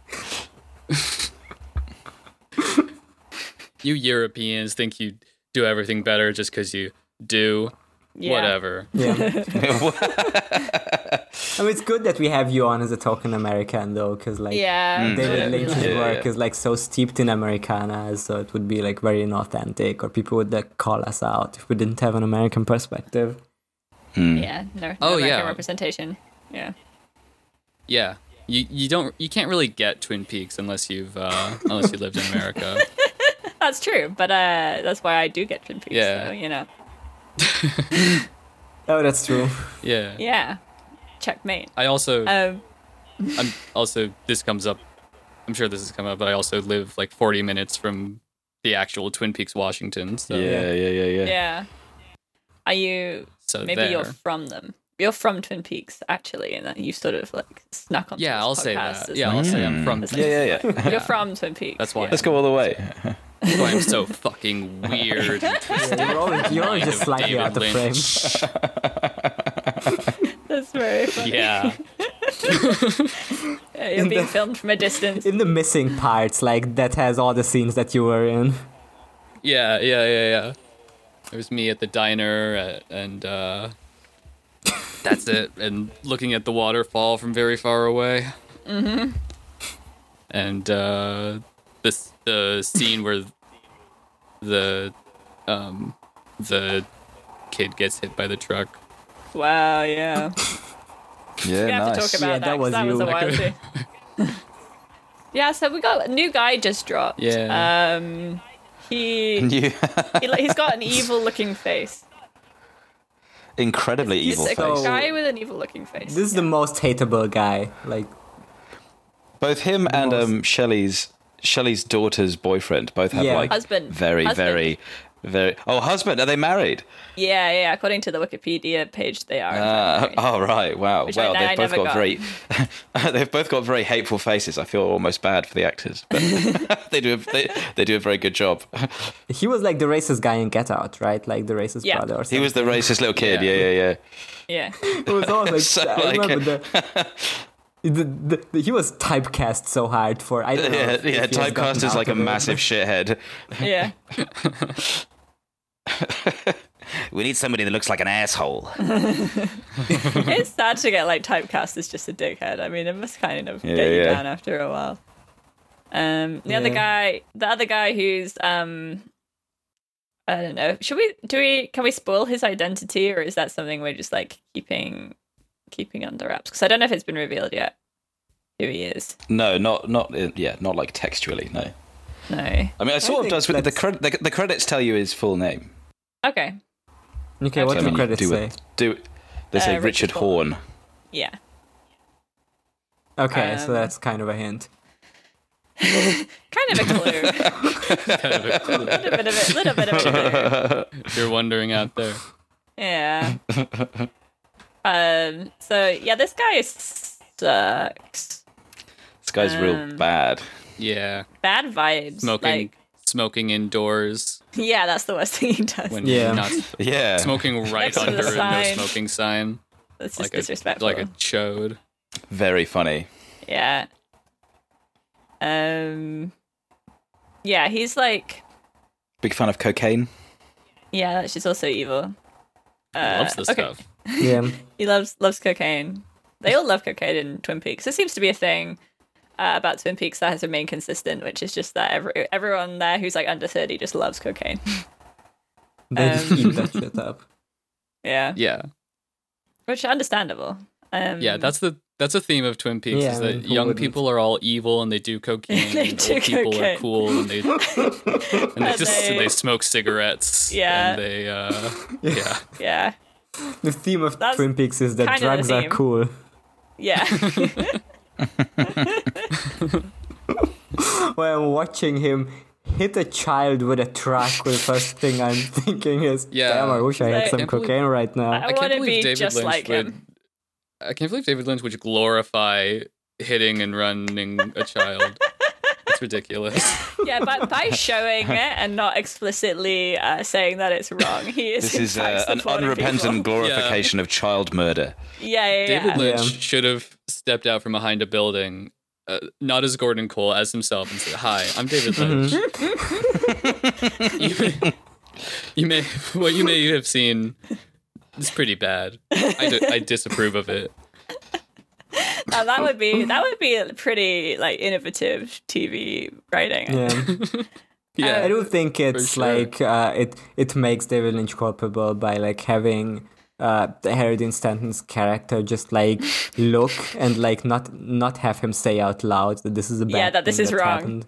B: you Europeans think you do everything better just because you do
D: yeah.
B: whatever.
C: yeah. I mean, it's good that we have you on as a token American though, because like,
B: Mm.
D: Yeah.
C: David
D: Yeah.
C: Lynch's
E: Yeah,
C: work
E: yeah.
C: is like so steeped in Americana, so it would be like very inauthentic, or people would like call us out if we didn't have an American perspective.
E: Hmm.
D: Yeah. No. no
B: Oh,
D: American
B: yeah.
D: Representation. Yeah.
B: Yeah. you you don't you can't really get Twin Peaks unless you've uh, unless you lived in America.
D: That's true, but uh, that's why I do get Twin Peaks.
B: Yeah.
D: so, you know.
C: Oh, that's true.
B: Yeah.
D: Yeah. Checkmate.
B: I also
D: Um,
B: I'm also this comes up. I'm sure this has come up, but I also live like 40 minutes from the actual Twin Peaks, Washington. So,
E: yeah, yeah, yeah, yeah.
D: yeah. Are you?
B: so
D: Maybe
B: there.
D: you're from them. You're from Twin Peaks, actually, and that you sort of like snuck on.
B: yeah, I'll say that. Yeah, I'll say I'm from.
E: Yeah, yeah, yeah.
D: You're from Twin Peaks.
B: That's why.
D: Yeah.
E: Let's go all the way.
B: That's why I'm so fucking weird.
C: You're always, Oh, you're always just slightly
B: David
C: out of frame.
B: Lynch.
D: That's very funny.
B: Yeah,
D: Yeah, You're being filmed from a distance.
C: In the missing parts, like that has all the scenes that you were in.
B: yeah, yeah, yeah, yeah. It was me at the diner, uh, and uh, that's it. And looking at the waterfall from very far away. Mm-hmm. And uh, this the scene where the um, the kid gets hit by the truck.
D: Wow. Yeah.
E: Yeah,
D: we have
E: nice.
D: to talk about
C: Yeah,
D: that.
C: that
D: 'cause
C: was
D: that was
C: you.
D: a while too. yeah, so we got a new guy just dropped.
B: Yeah.
D: Um, he,
E: New,
D: he like, he's got an evil looking face.
E: incredibly
D: He's
E: evil
D: a
E: face.
D: guy with an evil looking face.
C: This is the most hateable guy. Like,
E: Both him and
C: most-
E: um, Shelley's Shelley's daughter's boyfriend both have
C: Yeah.
E: like
D: Husband.
E: very,
D: Husband.
E: very, very. Oh, husband! Are they married?
D: yeah, yeah. According to the Wikipedia page, they are. in
E: Uh,
D: fact married.
E: oh right, wow.
D: Which I-
E: well,
D: I
E: they've both
D: never
E: got,
D: got.
E: very, they've both got very hateful faces. I feel almost bad for the actors, but they do a, they, they do a very good job.
C: he was like the racist guy in Get Out, right? Like the racist
D: Yeah.
C: brother. Or something.
E: He was the racist little kid. Yeah,
B: Yeah.
E: yeah, yeah.
D: yeah.
C: It was all like,
E: So,
C: I
E: like-
C: remember the, the, the, the- He was typecast so hard for. I don't know.
E: Yeah,
C: if- if
E: yeah.
C: he has gotten
E: Typecast is
C: out
E: like a
C: of it.
E: massive shithead.
D: Yeah.
E: We need somebody that looks like an asshole.
D: it's sad to get like typecast as just a dickhead. I mean, it must kind of
E: Yeah,
D: get you
E: yeah.
D: down after a while. Um, the other guy, the other guy who's um, I don't know. Should we do we can we spoil his identity or is that something we're just like keeping keeping under wraps? Because I don't know if it's been revealed yet who he is.
E: No, not not uh, yeah, not like textually. No,
D: No.
E: I mean, it sort of
C: think
E: does. With the,
C: that's-
E: cred- the the credits tell you his full name.
D: Okay.
C: Okay, what
E: I
C: do
E: mean,
C: credits
E: do
C: say?
E: It, do it- They say
D: Uh,
E: Richard,
D: Richard
E: Horn.
D: Yeah.
C: Okay, so
D: Um,
C: that's kind of a hint.
D: Kind of a clue. little bit of a little bit of a clue.
B: If you're wondering out there,
D: Yeah. um. So yeah, this guy sucks.
E: This guy's real
D: Um,
E: bad.
B: yeah,
D: Bad vibes.
B: smoking
D: Like,
B: smoking indoors
D: yeah, that's the worst thing he does.
B: when
C: Yeah.
B: not
E: Yeah,
B: smoking right
D: Next to the
B: under a no
D: sign.
B: smoking sign.
D: that's just
B: like a
D: disrespectful.
B: like a chode.
E: very funny.
D: Yeah. Um. Yeah, he's like.
E: Big fan of cocaine.
D: Yeah, that's just also evil.
B: Loves this
D: Uh, okay.
B: stuff.
C: Yeah.
D: He loves loves cocaine. They all love cocaine in Twin Peaks. It seems to be a thing uh, about Twin Peaks that has remained consistent, which is just that every, everyone there who's like under thirty just loves cocaine.
C: They
D: um,
C: just eat that shit up.
D: Yeah,
B: Yeah,
D: which understandable. Um,
B: yeah. That's the that's a theme of Twin Peaks.
C: Yeah,
B: is
C: I
B: that
C: mean, who
B: young
C: wouldn't?
B: people are all evil and they do cocaine.
D: They
B: and
D: do
B: old people
D: cocaine.
B: are cool and they and they
D: And
B: just
D: they-
B: they, smoke cigarettes.
D: Yeah.
B: and they uh, yeah
D: yeah,
C: The theme of
D: That's
C: Twin Peaks is that
D: kinda the
C: drugs are
D: theme.
C: cool.
D: yeah,
C: When I'm watching him hit a child with a truck, the first thing I'm thinking is,
B: Yeah.
C: damn, I wish I had
D: Like-
C: some
B: Can't believe-
C: cocaine right now.
D: I
B: can't
D: wanna
B: believe
D: be
B: David
D: just
B: Lynch
D: like
B: would-
D: him.
B: I can't believe David Lynch would glorify hitting and running a child. It's ridiculous.
D: yeah. But by showing it and not explicitly uh, saying that it's wrong, he is
E: This
D: in
E: is
D: fact
E: uh, an
D: supporting
E: unrepentant
D: people.
E: glorification of child murder.
D: Yeah, yeah, yeah.
B: David Lynch
C: Yeah.
B: should have stepped out from behind a building, uh, not as Gordon Cole, as himself, and said, "Hi, I'm David Lynch." you, you may what you may have seen is pretty bad. I, d- I disapprove of it.
D: Uh, that would be that would be a pretty like innovative TV writing. I
C: Yeah. I
B: Yeah,
C: don't think it's
B: sure.
C: like uh, it. It makes David Lynch culpable by like having uh, Harry Dean Stanton's character just like look and like not not have him say out loud that this is a bad
D: Yeah, that this
C: thing
D: is
C: that
D: wrong.
C: happened.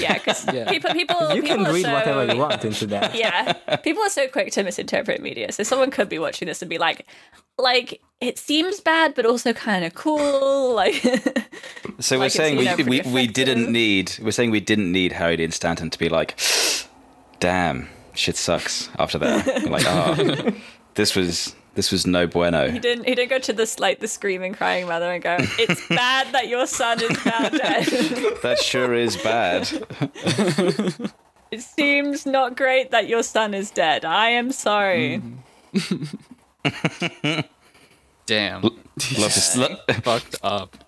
D: Yeah, because people, people,
C: You
D: people
C: can
D: are
C: read
D: so,
C: whatever you want into that.
D: yeah, people are so quick to misinterpret media. So someone could be watching this and be like, like it seems bad, but also kind of cool. Like,
E: So we're
D: Like it's,
E: saying
D: you
E: we,
D: know,
E: we,
D: pretty
E: we didn't
D: effective.
E: need we're saying we didn't need Harry Dean Stanton to be like, damn, shit sucks. After that, like, oh, this was this was no bueno.
D: he didn't he didn't go to this like the screaming, crying mother and go, "It's bad that your son is now dead.
E: That sure is bad.
D: it seems not great that your son is dead. I am sorry."
C: Mm-hmm.
B: Damn.
E: Love to, lo-
B: Fucked up.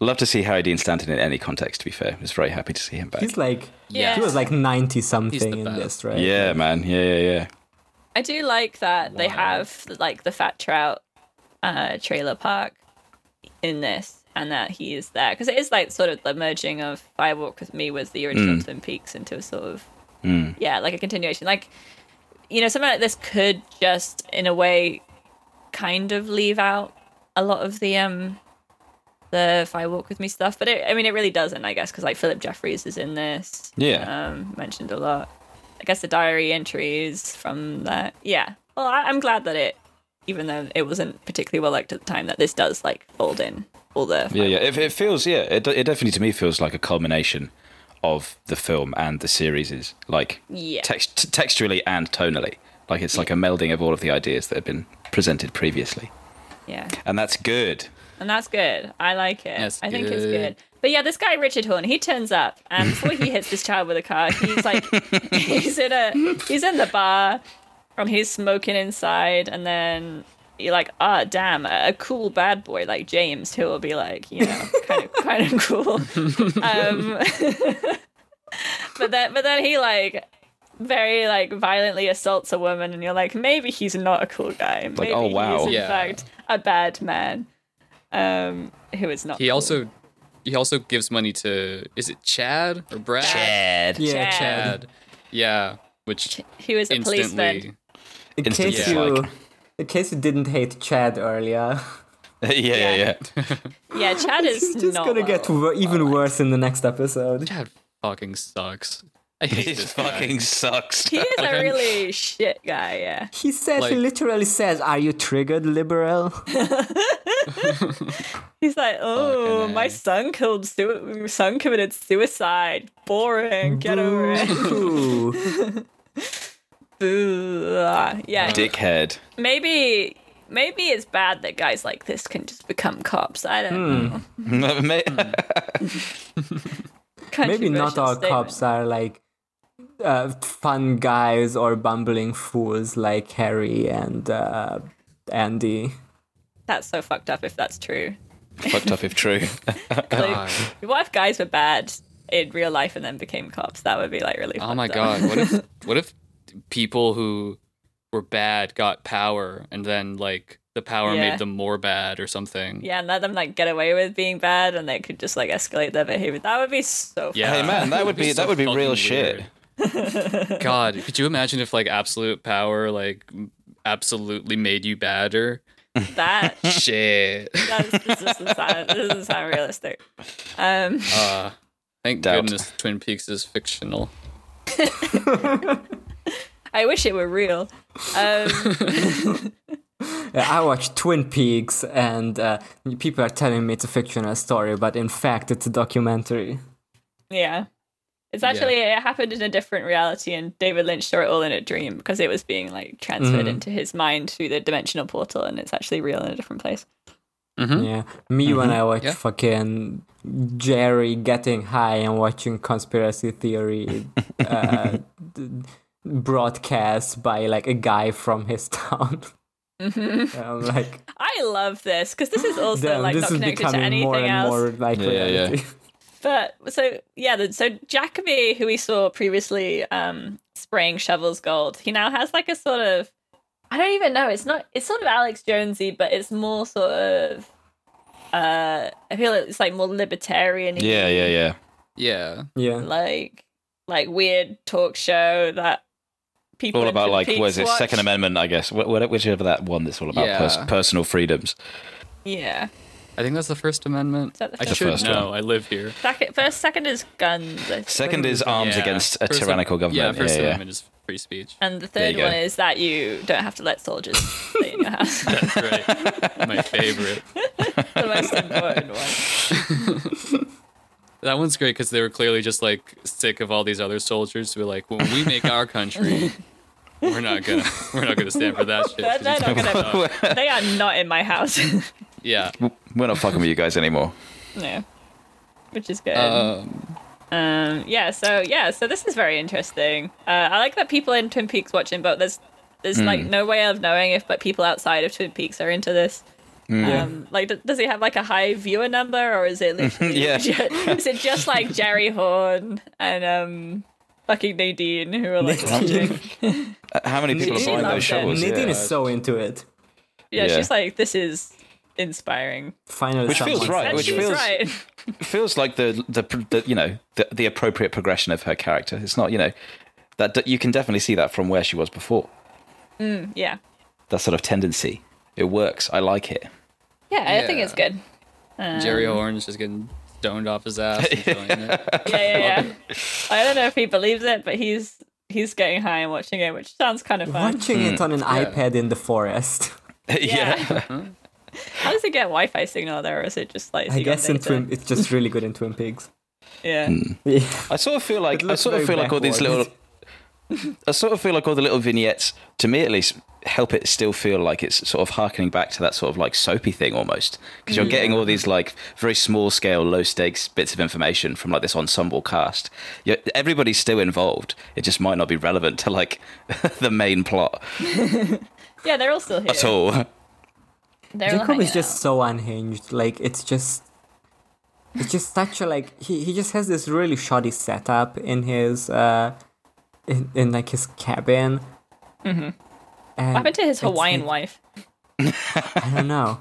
E: love to see Harry Dean Stanton in any context. To be fair, I was very happy to see him back.
C: He's like
D: Yeah.
C: he was like ninety something in
B: best.
C: this, right?
E: yeah, man. Yeah, yeah, yeah.
D: I do like that they have like the fat trout uh, trailer park in this, and that he is there because it is like sort of the merging of I Walk with Me with the original Twin Peaks into a sort of yeah, like a continuation. Like you know, something like this could just, in a way, kind of leave out a lot of the um the If I Walk with Me stuff, but it, I mean, it really doesn't, I guess, because like Philip Jeffries is in this
E: Yeah.
D: um, mentioned a lot. I guess the diary entries from that. Yeah. Well, I, I'm glad that it, even though it wasn't particularly well liked at the time, that this does like fold in all the.
E: Yeah, yeah. It, it feels, yeah. It, it definitely to me feels like a culmination of the film and the series is like
D: Yeah.
E: text, t- textually and tonally. Like it's like a melding of all of the ideas that have been presented previously,
D: Yeah.
E: and that's good.
D: And that's good. I like it.
B: That's
D: I think it's
B: good.
D: good. But yeah, this guy Richard Horn, he turns up, and before he hits this child with a car, he's like, he's in a, he's in the bar, and he's smoking inside, and then you're like, ah, damn, a, a cool bad boy like James who will be like, you know, kind of, kind of cool. Um, but then, but then he like. Very like violently assaults a woman, and you're like, maybe he's not a cool guy. Maybe
E: oh, wow.
D: he's in
B: Yeah.
D: fact a bad man um, who is not.
B: He
D: cool.
B: also he also gives money to is it Chad or Brad?
E: Ed.
C: Yeah,
D: Chad.
B: Chad. Yeah. Which
D: he was a policeman.
B: instantly
C: In
E: Instant
C: case
E: dislike.
C: you in case you didn't hate Chad earlier,
E: yeah, yeah, yeah.
D: Yeah, Chad is
C: it's just
D: not
C: gonna
D: well.
C: get wor- even worse in the next episode.
B: Chad fucking sucks. I hate
E: It
B: this guy.
E: fucking sucks.
D: He is a
B: I'm-
D: really shit guy. Yeah,
C: He said
B: Like-
C: he literally says, "Are you triggered, liberal?"
D: he's like, oh,
B: Fucking
D: my
B: A.
D: son killed, sui- son committed suicide. Boring. Get over it.
C: Ooh.
D: Boo. Yeah,
E: Dickhead.
D: maybe, maybe it's bad that guys like this can just become cops. I don't know.
C: Hmm.
D: Hmm.
C: Maybe not
D: Controversial
C: all
D: statement.
C: cops are like uh, fun guys or bumbling fools like Harry and uh, Andy.
D: That's so fucked up if that's true.
E: Fucked up if true.
D: Like, what if guys were bad in real life and then became cops? That would be like really.
B: Oh my
D: fucked up.
B: god, what if what if people who were bad got power and then like the power
D: Yeah.
B: made them more bad or something?
D: Yeah, and let them like get away with being bad, and they could just like escalate their behavior. That would be so. Fun.
B: Yeah.
E: Hey, man, that would
B: It'd
E: be- that would be
B: fucking
E: real shit.
B: weird. God, could you imagine if like absolute power like absolutely made you badder?
D: That
B: shit.
D: that's, this doesn't sound this doesn't sound realistic. Um,
B: Uh, thank
E: Doubt.
B: goodness Twin Peaks is fictional.
D: I wish it were real. Um,
C: Uh, I watched Twin Peaks, and uh, people are telling me it's a fictional story, but in fact, it's a documentary.
D: yeah, it's actually it happened in a different reality, and David Lynch saw it all in a dream because it was being like transferred
C: Mm-hmm.
D: into his mind through the dimensional portal, and it's actually real in a different place. Mm-hmm.
E: Mm-hmm.
C: Yeah, me when I watch
B: Yeah.
C: fucking Jerry getting high and watching conspiracy theory uh, d- broadcast by like a guy from his town. I'm like,
D: I love this because this is Mm-hmm. also
C: damn,
D: like
C: this
D: not
C: is
D: connected to
C: becoming
D: anything
C: more and
D: else.
C: more like
E: Yeah, yeah.
C: reality.
D: But so yeah, then- so Jacoby, who we saw previously um spraying shovels gold, he now has like a sort of I don't even know, it's not it's sort of Alex Jonesy, but it's more sort of uh I feel it's like more libertarian
E: yeah, yeah, yeah.
B: Yeah.
C: Yeah,
D: like like weird talk show that people
E: all
D: in
E: about like
D: Twin
E: what is it
D: Peaks
E: Second
D: watch.
E: Amendment, I guess. Wh- wh- Whichever that one that's all about pers-
B: Yeah.
E: personal freedoms.
D: Yeah.
B: I think that's the First Amendment.
D: that the
B: I
D: First
B: should
E: Amendment?
B: know. I live here.
D: Second, first, second is guns. I think.
E: Second is arms
B: Yeah.
E: against a
B: First Am-
E: tyrannical
B: Yeah,
E: government.
B: First
E: yeah, yeah.
B: Amendment is free speech.
D: And the
E: There
D: third
E: you go.
D: one is that you don't have to let soldiers stay in your house. the
B: That's right. My favorite.
D: most important one.
B: That one's great because they were clearly just like sick of all these other soldiers who were like, when we make our country, we're not gonna, we're not gonna stand for that shit.
D: They're, they're not gonna, they are not in my house.
B: Yeah.
E: We're not fucking with you guys anymore.
D: no. Which is good.
E: Uh,
B: Um,
D: Um, yeah, so yeah, so this is very interesting. Uh, I like that people in Twin Peaks watch in both. There's there's
E: Hmm.
D: like no way of knowing if but people outside of Twin Peaks are into this.
E: Hmm,
D: Um, like, d- does he have like a high viewer number, or is it literally
E: Yeah.
D: ju- is it just like Jerry Horn and um, fucking Nadine who are like watching?
E: Uh, How many people are
D: Nadine
E: buying those
D: loves it.
E: shovels?
C: Nadine
E: Yeah.
C: is so into it.
D: Yeah,
E: Yeah.
D: she's like, this is inspiring.
C: Finally,
E: Which feels
C: someone
E: right,
C: said
D: And
E: which
C: it.
D: she's
E: feels-
D: right.
E: feels like the, the the you know the, the appropriate progression of her character. It's not you know that d- you can definitely see that from where she was before.
D: yeah,
E: That sort of tendency. It works. I like it.
D: yeah, I think it's
B: Yeah.
D: good.
B: Jerry Horn's just getting stoned off his ass. And enjoying it.
D: yeah, yeah, yeah. I don't know if he believes it, but he's he's getting high and watching it, which sounds kind of fun.
C: Watching it on an
E: Hmm.
C: iPad in the forest.
D: Yeah. How does he get Wi-Fi signal there, or is it just like? is
C: I
D: he got
C: guess Hmm. in
D: data?
C: Twin, it's just really good in Twin Peaks.
D: Yeah.
E: I sort of feel like I
C: looks
E: sort of
C: very
E: feel like all these
C: backward.
E: little. I sort of feel like all the little vignettes, to me at least, help it still feel like it's sort of harkening back to that sort of like soapy thing almost, because you're getting all these like very small scale, low stakes bits of information from like this ensemble cast. You're, everybody's still involved. It just might not be relevant to like the main plot
D: Yeah, they're all still here.
E: at all.
D: They're all
C: Jacob is
D: hanging
C: just so unhinged. Like it's just, it's just such a like he, he just has this really shoddy setup in his uh, in, in like his cabin. Mm-hmm. And
D: out. What happened to his
C: it's like-
D: Hawaiian wife?
C: I don't know.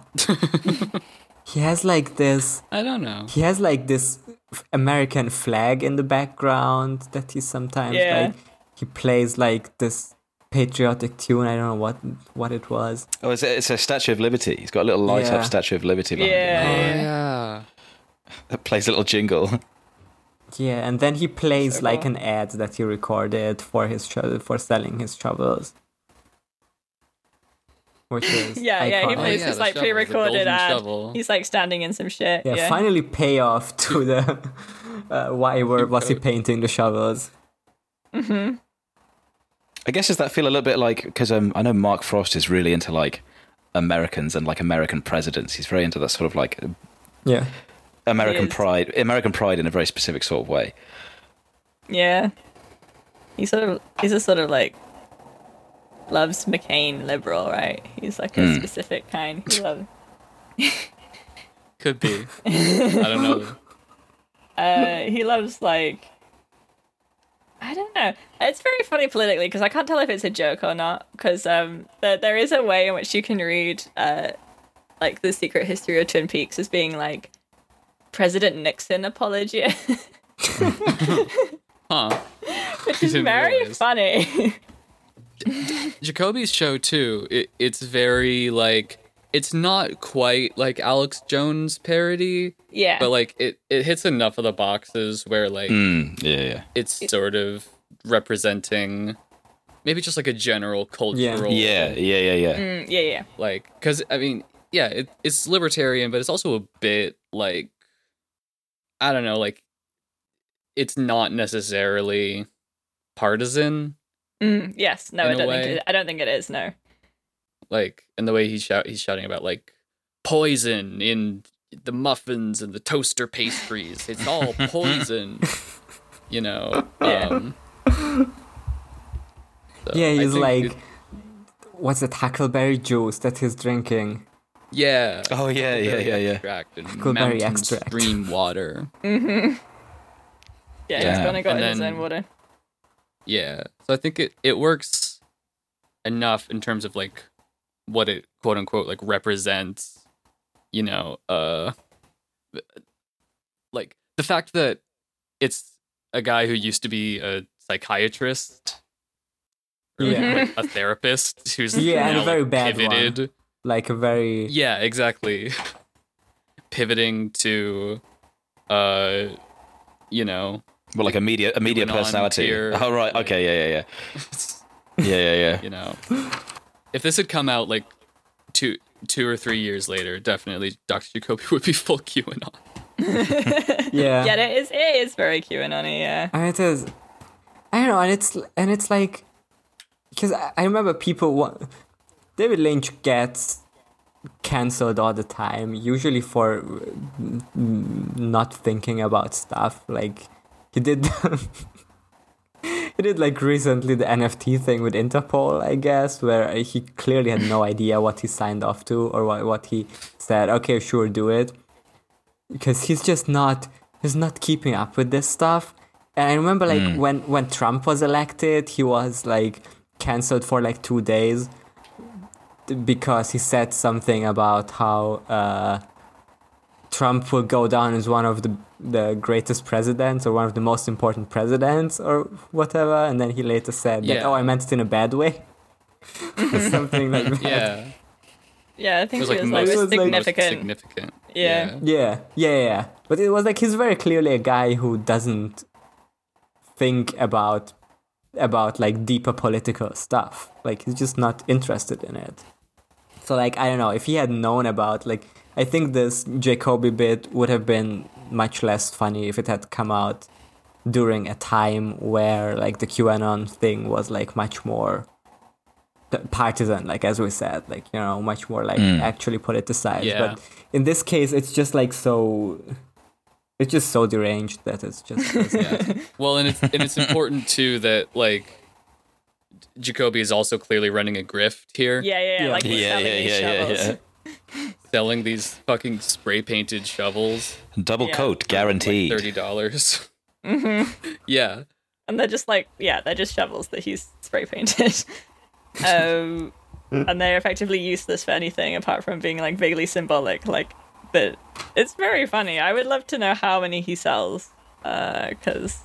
C: he has like this.
B: I don't know.
C: He has like this f- American flag in the background that he sometimes
D: Yeah.
C: like. He plays like this patriotic tune. I don't know what what it was.
E: Oh, it's a, it's a Statue of Liberty. He's got a little light
C: Yeah.
E: up Statue of Liberty behind him
C: Oh,
D: Yeah.
B: Yeah.
E: that plays a little jingle.
C: Yeah, and then he plays like an ad that he recorded for his sho- for selling his shovels. Which is
D: Yeah, yeah. He
C: iconic.
D: plays
B: yeah,
D: his
B: the
D: like
B: shovel, the
D: pre-recorded
B: golden
D: ad.
B: shovel.
D: He's like standing in some shit.
C: yeah,
D: Yeah.
C: finally payoff to the uh, why were was he painting the shovels?
E: I guess does that feel a little bit like because um, I know Mark Frost is really into like Americans and like American presidents. He's very into that sort of like
C: Yeah,
E: American
D: is.
E: pride, American pride in a very specific sort of way.
D: yeah. He sort of he's a sort of like loves McCain liberal, right? He's like a specific kind. He loves.
B: Could be. I don't know.
D: Uh, he loves like I don't know. It's very funny politically because I can't tell if it's a joke or not. Because um, there, there is a way in which you can read uh, like the secret history of Twin Peaks as being like President Nixon apology,
B: Huh.
D: which is
B: didn't
D: very
B: realize.
D: funny.
B: Jacoby's show too. It, it's very like it's not quite like Alex Jones parody,
D: yeah,
B: but like it it hits enough of the boxes where like
E: Mm, yeah, yeah.
B: it's sort of representing maybe just like a general cultural
E: Yeah, yeah, yeah, yeah.
D: Mm, yeah, yeah,
B: like because i mean yeah it, it's libertarian but it's also a bit like i don't know like it's not necessarily partisan
D: mm, yes. No,
B: In
D: I
B: a
D: don't think
B: way.
D: it, I don't think it is. No.
B: like and the way he's shout he's shouting about like poison in the muffins and the toaster pastries it's all poison you know
D: Yeah.
B: um so
D: Uh,
C: yeah.
B: I
C: He's
B: think
C: like,
B: it-
C: what's it? Huckleberry juice that he's drinking.
B: yeah
E: Oh yeah, yeah, yeah, yeah.
B: extract and
C: Huckleberry
B: mountain
C: extract.
B: stream water
D: Mm-hmm. Yeah, he's
E: Yeah.
D: gonna got
B: And
D: in his
B: then-
D: own water.
B: Yeah. So I think it, it works enough in terms of like what it quote unquote like represents, you know, uh th- like the fact that it's a guy who used to be a psychiatrist or like,
C: Yeah.
B: like, a therapist who's
C: Mm-hmm. Yeah, and a
B: now,
C: very
B: like,
C: bad one.
B: pivoted.
C: like a very
B: Yeah, exactly. Pivoting to, uh, you know,
E: Well, like a media, a media
B: went on
E: personality.
B: tier-
E: oh, right. Okay. Yeah. Yeah. Yeah. yeah. Yeah. Yeah.
B: you know, if this had come out like two, two or three years later, definitely Dr. Jacoby would be full QAnon.
C: yeah.
D: Yeah, it is. It is very QAnon. Yeah.
C: And it is, I don't know, and it's and it's like, because I, I remember people want David Lynch gets cancelled all the time, usually for mm, not thinking about stuff. Like he did, he did like recently the NFT thing with Interpol, I guess, where he clearly had no idea what he signed off to or what what he said. Okay, sure, do it because he's just not he's not keeping up with this stuff. And I remember like when when Trump was elected, he was like canceled for like two days because he said something about how uh, Trump will go down as one of the the greatest presidents or one of the most important presidents or whatever. And then he later said that
B: Yeah.
C: oh, I meant it in a bad way. or something like that.
B: Yeah,
D: Yeah, I
B: it
D: think
B: was
D: it
B: like
D: was
B: most,
D: like,
C: It was, like,
D: significant.
B: most significant.
D: Yeah.
C: Yeah, yeah, yeah, yeah. But it was like he's very clearly a guy who doesn't think about about like deeper political stuff. Like he's just not interested in it. So like I don't know if he had known about like I think this Jacoby bit would have been much less funny if it had come out during a time where like the QAnon thing was like much more p- partisan like as we said like you know much more like actually politicized
B: Yeah.
C: but in this case it's just like so it's just so deranged that it's just
B: Well, and it's and it's important too that like Jacoby is also clearly running a grift here,
D: Yeah, yeah, yeah,
C: Yeah.
D: like we're
E: Yeah,
D: selling
E: yeah,
D: these
E: yeah, yeah,
D: shovels.
B: selling these fucking spray painted shovels,
E: Double
D: Yeah.
E: coat
B: like
E: guaranteed.
B: thirty dollars.
D: Mm-hmm.
B: yeah,
D: and they're just like, yeah, they're just shovels that he's spray painted, um, and they're effectively useless for anything apart from being like vaguely symbolic. Like, but it's very funny. I would love to know how many he sells, because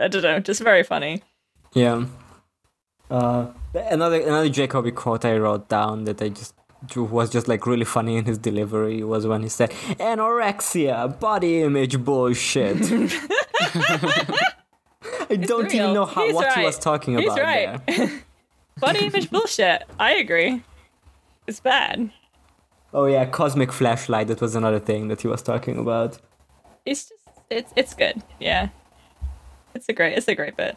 D: I don't know, just very funny.
C: Yeah. Uh, th- another another Jacoby quote I wrote down that I just was just like really funny in his delivery was when he said anorexia body image bullshit. I don't even
D: real.
C: know how,
D: He's
C: what he
D: right.
C: was talking
D: He's
C: about
D: right.
C: there.
D: Body image bullshit. I agree. It's bad.
C: Oh yeah, cosmic flashlight. That was another thing that he was talking about.
D: It's just it's it's good. Yeah, it's a great it's a great bit.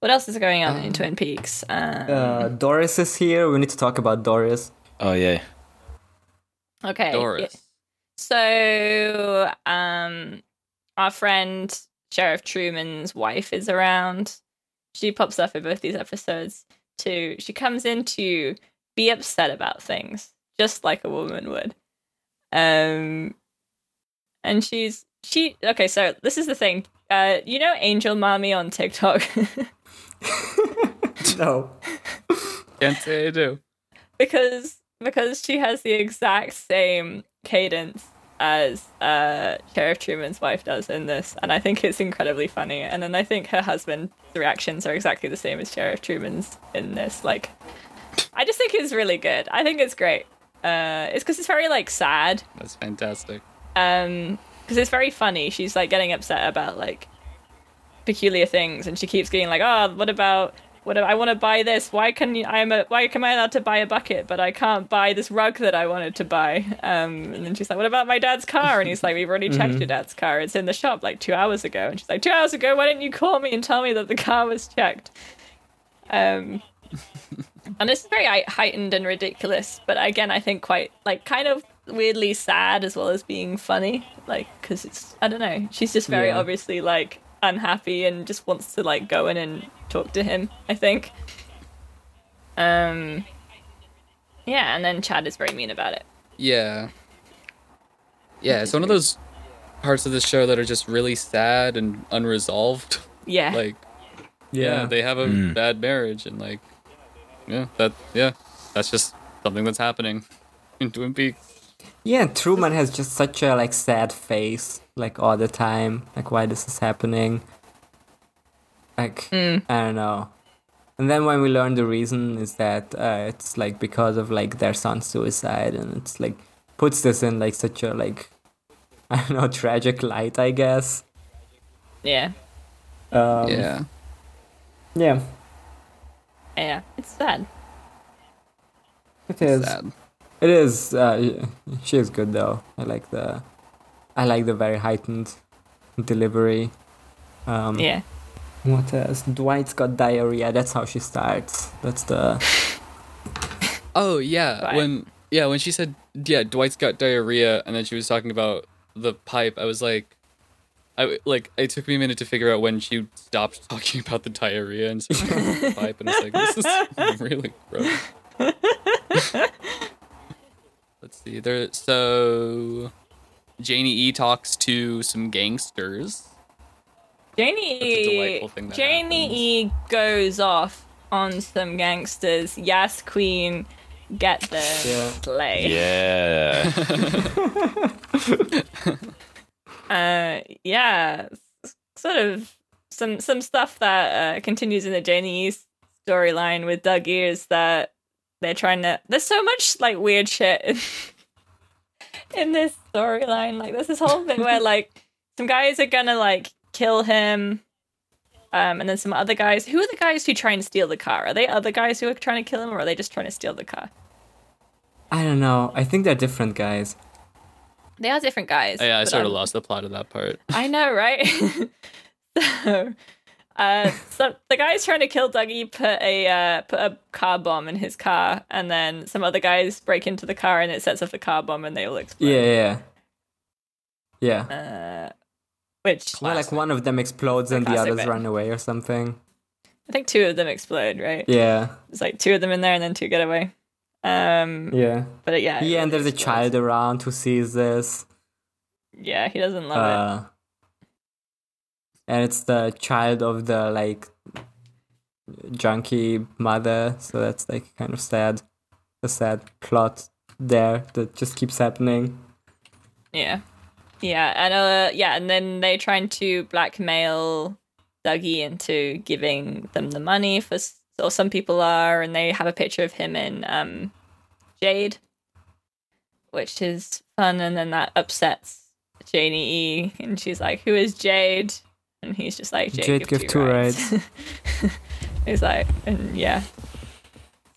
D: What else is going on in Twin Peaks? Um,
C: Uh, Doris is here. We need to talk about Doris.
E: Oh yeah.
D: okay, yeah.
B: Doris.
D: So, um, our friend Sheriff Truman's wife is around. She pops up in both these episodes too. She comes in to be upset about things, just like a woman would. Um, and she's she okay. So this is the thing. Uh, you know, Angel Mommy on TikTok.
C: No.
B: Can't say I do.
D: because because she has the exact same cadence as uh, Sheriff Truman's wife does in this, and I think it's incredibly funny. And then I think her husband's reactions are exactly the same as Sheriff Truman's in this. Like, I just think it's really good. I think it's great. Uh, it's because it's very like sad,
B: That's fantastic.
D: um because it's very funny she's like getting upset about like peculiar things and she keeps getting like oh what about what if I want to buy this? Why can you, I'm a, why am I allowed to buy a bucket, but I can't buy this rug that I wanted to buy? Um, and then she's like, "What about my dad's car?" And he's like, "We've already checked your dad's car. It's in the shop like two hours ago." And she's like, two hours ago? Why didn't you call me and tell me that the car was checked?" Um, and it's very hei- heightened and ridiculous but again i think quite like kind of weirdly sad as well as being funny like because it's i don't know she's just very
C: Yeah.
D: obviously like unhappy and just wants to like go in and talk to him i think um yeah and then chad is very mean about it
B: Yeah. Yeah, it's one of those parts of the show that are just really sad and unresolved.
D: yeah
B: Like, yeah, they have a bad marriage, and like, yeah, that, yeah, that's just something that's happening in Twin Peaks.
C: Yeah, Truman has just such a like sad face, like all the time. Like why this is happening. Like I don't know. And then when we learn the reason is that uh, it's like because of like their son's suicide, and it's like puts this in like such a like I don't know tragic light, I guess.
D: Yeah.
C: Um,
B: yeah.
C: yeah,
D: Yeah. It's sad.
C: it is.
B: Sad.
C: It is. Uh, she is good though. I like the, I like the very heightened delivery. Um,
D: Yeah.
C: What else? Dwight's got diarrhea. That's how she starts. That's the.
B: Oh yeah,
D: Right.
B: when yeah when she said yeah Dwight's got diarrhea and then she was talking about the pipe, I was like, I w- like it took me a minute to figure out when she stopped talking about the diarrhea and started talking about the pipe, and it's like this is really gross. Let's see there. So Janie E talks to some gangsters.
D: Janie
B: That's a delightful
D: E.
B: thing that
D: Janie E. goes off on some gangsters. Yas Queen, get them.
C: Yeah.
D: Slay.
E: Yeah.
D: Uh, yeah. s- Sort of some some stuff that uh, continues in the Janie E. storyline with Doug is that they're trying to. There's so much like weird shit in, in this storyline. Like there's this whole thing where like some guys are gonna like kill him. Um, and then some other guys. Who are the guys who try and steal the car? Are they other guys who are trying to kill him, or are they just trying to steal the car?
C: I don't know. I think they're different guys.
D: They are different guys.
B: Oh, Yeah, I
D: but
B: sort of
D: I'm-
B: lost the plot of that part.
D: I know, right? so, uh, so the guy's trying to kill Dougie put a uh, put a car bomb in his car, and then some other guys break into the car and it sets off the car bomb, and they all
C: Yeah,
D: explode.
C: yeah, yeah. Yeah.
D: Uh, which
C: Well, like one of them explodes and the
D: Classic
C: others
D: bit.
C: run away or something.
D: I think two of them explode, right?
C: Yeah,
D: It's like two of them in there, and then two get away. Um,
C: yeah,
D: but yeah, it
C: yeah. And
D: really
C: there's a
D: explodes.
C: child around who sees this.
D: Yeah, he doesn't love it.
C: Uh, and it's the child of the like junkie mother, so that's like kind of sad. A sad plot there that just keeps happening.
D: Yeah. Yeah, and uh yeah, and then they're trying to blackmail Dougie into giving them the money for s- or some people are and they have a picture of him in um Jade which is fun and then that upsets Janie E and she's like, Who is Jade? And he's just like Jade, give, two, rides. he's like and yeah.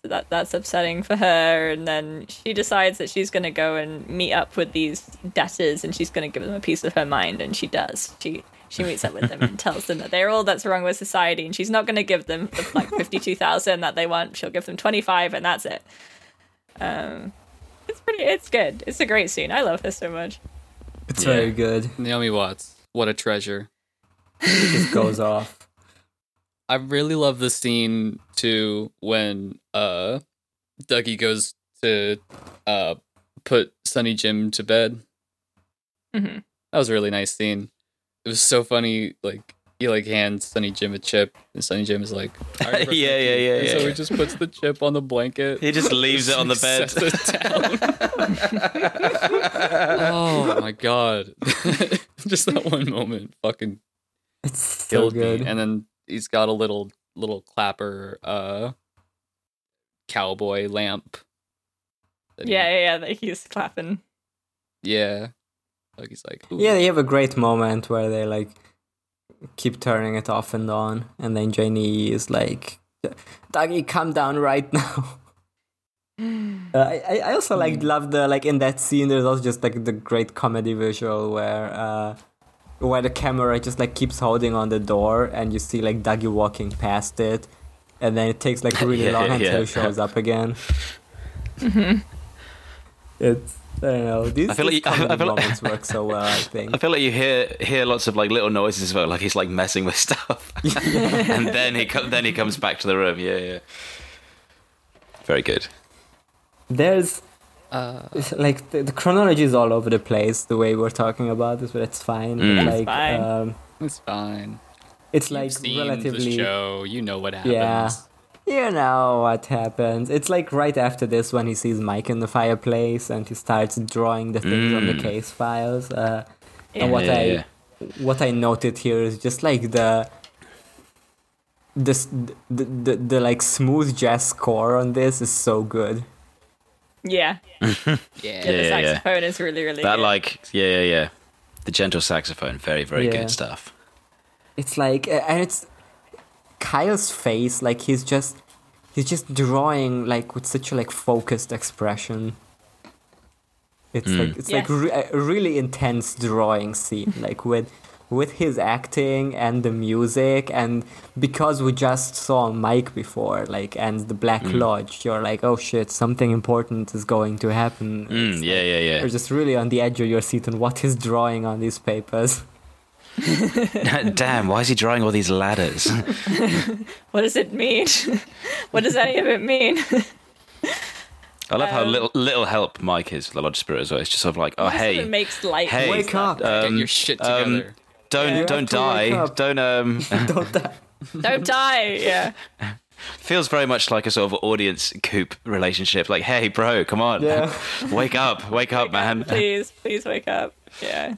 D: So that that's upsetting for her and then she decides that she's going to go and meet up with these debtors and she's going to give them a piece of her mind and she does she she meets up with them and tells them that they're all that's wrong with society and she's not going to give them the, like 52,000 that they want she'll give them 25 and that's it um it's pretty it's good it's a great scene i love this so much
C: It's
B: Yeah.
C: very good.
B: Naomi Watts, what a treasure.
C: It just goes off.
B: I really love the scene too when uh Dougie goes to uh put Sunny Jim to bed.
D: Mhm.
B: That was a really nice scene. It was so funny, like he like hands Sunny Jim a chip, and Sunny Jim is like, "I
E: Yeah,
B: remember
E: yeah,
B: cooking."
E: yeah,
B: And so
E: yeah,
B: he
E: yeah.
B: just puts the chip on the blanket.
E: He just leaves it on the bed.
B: Sets it down. oh my god! just that one moment, fucking
C: It's so
B: killed
C: good.
B: me. And then he's got a little little clapper uh cowboy lamp. that he-
D: yeah yeah, yeah that he's clapping
B: yeah. Like he's like "Ooh,
C: Yeah, they have a great moment where they like keep turning it off and on, and then Janie is like, "Dougie, calm down right now." Uh, I I- I also like
E: Hmm.
C: love the like in that scene. There's also just like the great comedy visual where uh where the camera just like keeps holding on the door, and you see like Dougie walking past it, and then it takes like really
E: Yeah,
C: long until
E: yeah.
C: he shows up again. It's I don't know. These,
E: I feel
C: these
E: like- I- I
C: comedy
E: feel like-
C: moments work so well. I think.
E: I feel like you hear hear lots of like little noises as well, like he's like messing with stuff, and then he co- then he comes back to the room. Yeah, yeah. Very good.
C: there's it's like the, the chronology is all over the place the way we're talking about this but it's fine
E: Mm.
C: like
D: fine.
C: um
B: it's fine.
C: it's
B: You've
C: like
B: seen
C: relatively
B: the show, you know what happens.
C: Yeah. you know what happens it's like right after this when he sees mike in the fireplace and he starts drawing the things on the
E: Mm.
C: case files uh
D: Yeah.
C: and what
E: Yeah,
C: i
E: yeah.
C: what i noted here is just like the this the, the the like smooth jazz score on this is so good.
D: Yeah.
B: Yeah.
D: Yeah, the
E: Yeah, yeah.
D: saxophone is really, really
E: That
D: good.
E: like yeah yeah yeah, the gentle saxophone, very very
C: Yeah.
E: good stuff.
C: It's like uh, and it's Kyle's face like he's just he's just drawing like with such a like focused expression. It's like it's like
D: Yes.
C: re- a really intense drawing scene like with with his acting and the music and because we just saw Mike before like and the Black Lodge you're like oh shit something important is going to happen
E: Mm, yeah yeah yeah.
C: You're just really on the edge of your seat on what he's drawing on these papers.
E: Damn, why is he drawing all these ladders?
D: What does it mean? what does any of it mean?
E: I love how little little help Mike is with the Lodge Spirit as well. It's just sort of like, oh hey,
D: It makes light.
E: hey,
C: Wake up.
B: Get
E: um,
B: your shit
E: um,
B: together.
E: don't
D: Yeah.
E: don't
C: You have to wake
E: die,
C: up.
E: don't um.
C: Don't that?
D: Don't die. Yeah.
E: feels very much like a sort of audience coop relationship. Like, hey, bro, come on,
C: Yeah.
E: wake up, wake up, man.
D: please, please wake up. Yeah.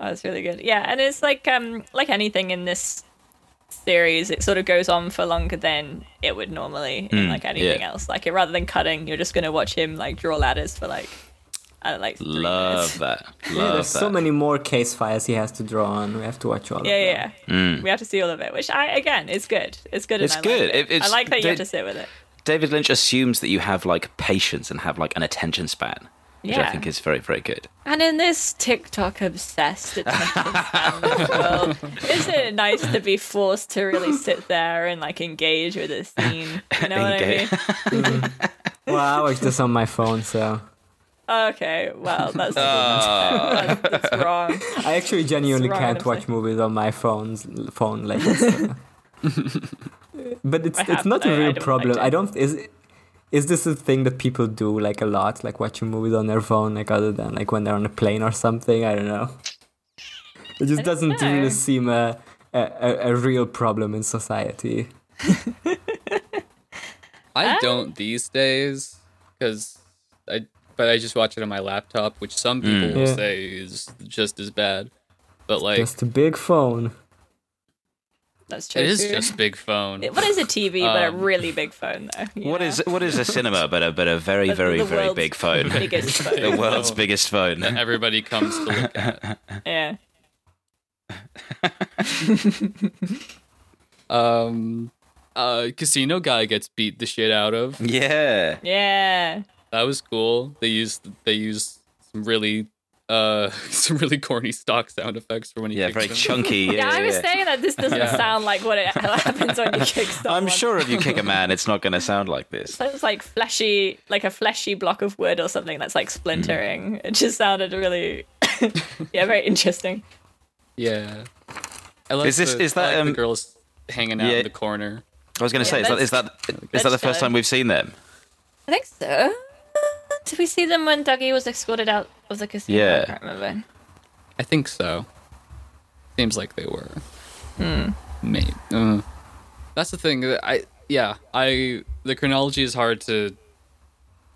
D: Oh, that's really good. Yeah, and it's like um like anything in this series, it sort of goes on for longer than it would normally in like anything
E: Hmm, yeah.
D: else. Like it, rather than cutting, you're just gonna watch him like draw ladders for like I don't know, like three
E: Love
D: minutes.
E: that. Love
C: Yeah,
E: that.
C: there's so many more case files he has to draw on. We have to watch all
D: Yeah,
C: of them.
D: yeah. We have to see all of it, which I again is good. It's good.
E: Hmm. It's
D: and I
E: good.
D: Like it.
E: If it's-
D: I like that you have
E: they-
D: to sit with it.
E: David Lynch assumes that you have like patience and have like an attention span, which I
D: Yeah.
E: think is very, very good.
D: And in this TikTok obsessed attention span world, isn't it nice to be forced to really sit there and like engage with a scene? You know what I mean?
E: Engage.
C: Well, I watch this on my phone, so
D: Okay, well that's,
E: Ah.
D: that's, that's wrong.
C: I actually genuinely
D: right,
C: can't
D: I'm
C: watch movies on my phone's phone like this. so. but it's
D: I
C: it's
D: have-
C: not a
D: I- I
C: real
D: don't like
C: problem.
D: it.
C: I don't is it- is this a thing that people do like a lot, like watching movies on their phone, like other than like when they're on a plane or something? I don't know. It just doesn't
D: know.
C: really seem a, a a a real problem in society.
B: I don't these days because I, but I just watch it on my laptop, which some
E: Hmm.
B: people will
C: Yeah.
B: say is just as bad. But like,
C: Just a big phone.
D: That's true.
B: it is
D: too.
B: just big phone.
D: It- what is a TV but a really big phone though? you
E: um, What
D: know?
E: is what is a cinema but a but a very,
D: But
E: very,
D: the
E: very
D: world's
E: big phone?
D: biggest phone?
E: the world's biggest phone.
B: Everybody comes to look at.
D: Yeah.
B: Um, uh, casino guy gets beat the shit out of.
E: Yeah.
D: Yeah.
B: That was cool. They used they used some really uh some really corny stock sound effects for when he
E: Yeah,
B: kicks
E: very
B: them.
E: chunky. Yeah,
D: Yeah, I was
E: yeah.
D: saying that this doesn't
B: Yeah.
D: sound like what it happens when you kick someone.
E: I'm sure if you kick a man, it's not going to sound like this.
D: sounds like fleshy, like a fleshy block of wood or something that's like splintering.
C: Hmm.
D: It just sounded really, yeah, very interesting.
B: Yeah. I like
E: Is this-
B: the,
E: is
B: I
E: that,
B: like the
E: um,
B: girls hanging out
E: yeah.
B: in the corner?
E: I was going to say, is that is that is that the
D: let's
E: first
D: go.
E: time we've seen them?
D: I think so. Did we see them when Dougie was escorted out of the casino?
E: Yeah.
D: I can't remember.
B: I think so. Seems like they were. Hmm. Maybe. Uh, that's the thing. that I yeah. I the chronology is hard to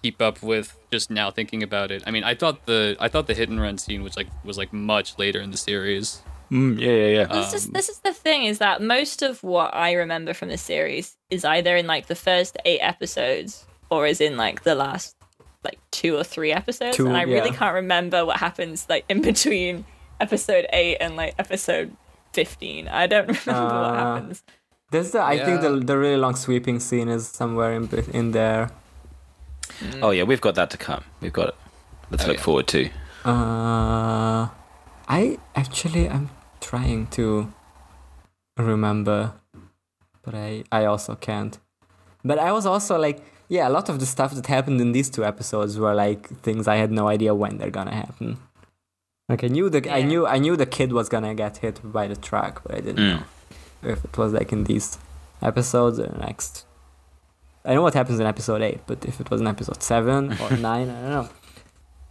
B: keep up with. Just now thinking about it. I mean, I thought the I thought the hit and run scene was like was like much later in the series.
E: Mm, yeah, yeah, yeah.
D: This
C: Um,
D: is this is the thing is that most of what I remember from the series is either in like the first eight episodes or is in like the last like two or three episodes,
C: Two,
D: and I really
C: yeah.
D: can't remember what happens like in between episode eight and like episode fifteen. I don't remember
C: Uh,
D: what happens.
C: There's the I think
B: Yeah.
C: the the really long sweeping scene is somewhere in bet- in there.
E: Oh yeah, we've got that to come. We've got it. Let's look
B: yeah.
E: forward to.
C: Uh, I actually I'm trying to remember, but I I also can't. But I was also like, yeah, a lot of the stuff that happened in these two episodes were like things I had no idea when they're gonna happen. Like I knew the I
D: Yeah.
C: knew I knew the kid was gonna get hit by the truck, but I didn't
E: Mm.
C: know if it was like in these episodes or next. I know what happens in episode eight, but if it was in episode seven or nine, I don't know.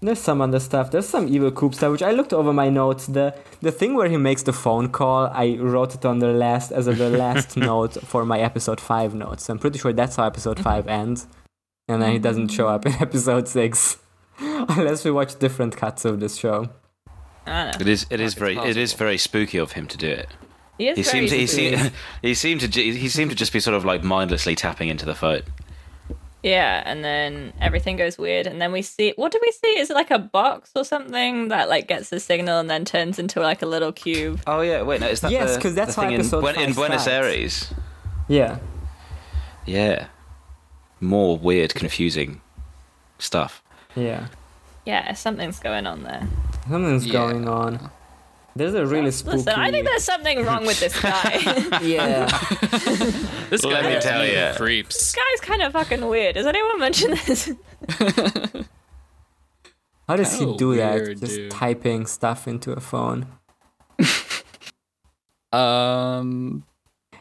C: There's some other stuff. There's some evil coop stuff, which I looked over my notes. The the thing where he makes the phone call, I wrote it on the last as the last note for my episode five notes. I'm pretty sure that's how episode five ends, and then he doesn't show up in episode six, unless we watch different cuts of this show.
D: I don't know.
E: It is. It is very. It is
B: possible.
E: very spooky of him to do it.
D: He is
E: He
D: very
E: seemed to, he
D: sweet.
E: seemed he seemed to ju- he seemed to just be sort of like mindlessly tapping into the phone.
D: Yeah, and then everything goes weird, and then we see what do we see? Is it like a box or something that like gets the signal and then turns into like a little cube?
E: Oh yeah, wait, no, is that
C: Yes,
E: the-
C: 'cause that's
E: the
C: how
E: thing in,
C: episode
E: Buen- in
C: five
E: Buenos
C: starts.
E: Aires?
C: Yeah.
E: Yeah, more weird, confusing stuff.
C: Yeah.
D: Yeah, something's going on there.
C: Something's
B: Yeah.
C: going on. There's a really spooky.
D: Listen, I think there's something wrong with this guy. this
C: yeah.
B: This guy
E: Let me
B: gives
E: tell
B: me
E: ya.
B: creeps.
D: guy's kind of fucking weird. Does anyone mention this?
C: How does he
B: Oh,
C: do
B: weird,
C: that? Just
B: dude.
C: typing stuff into a phone.
B: Um,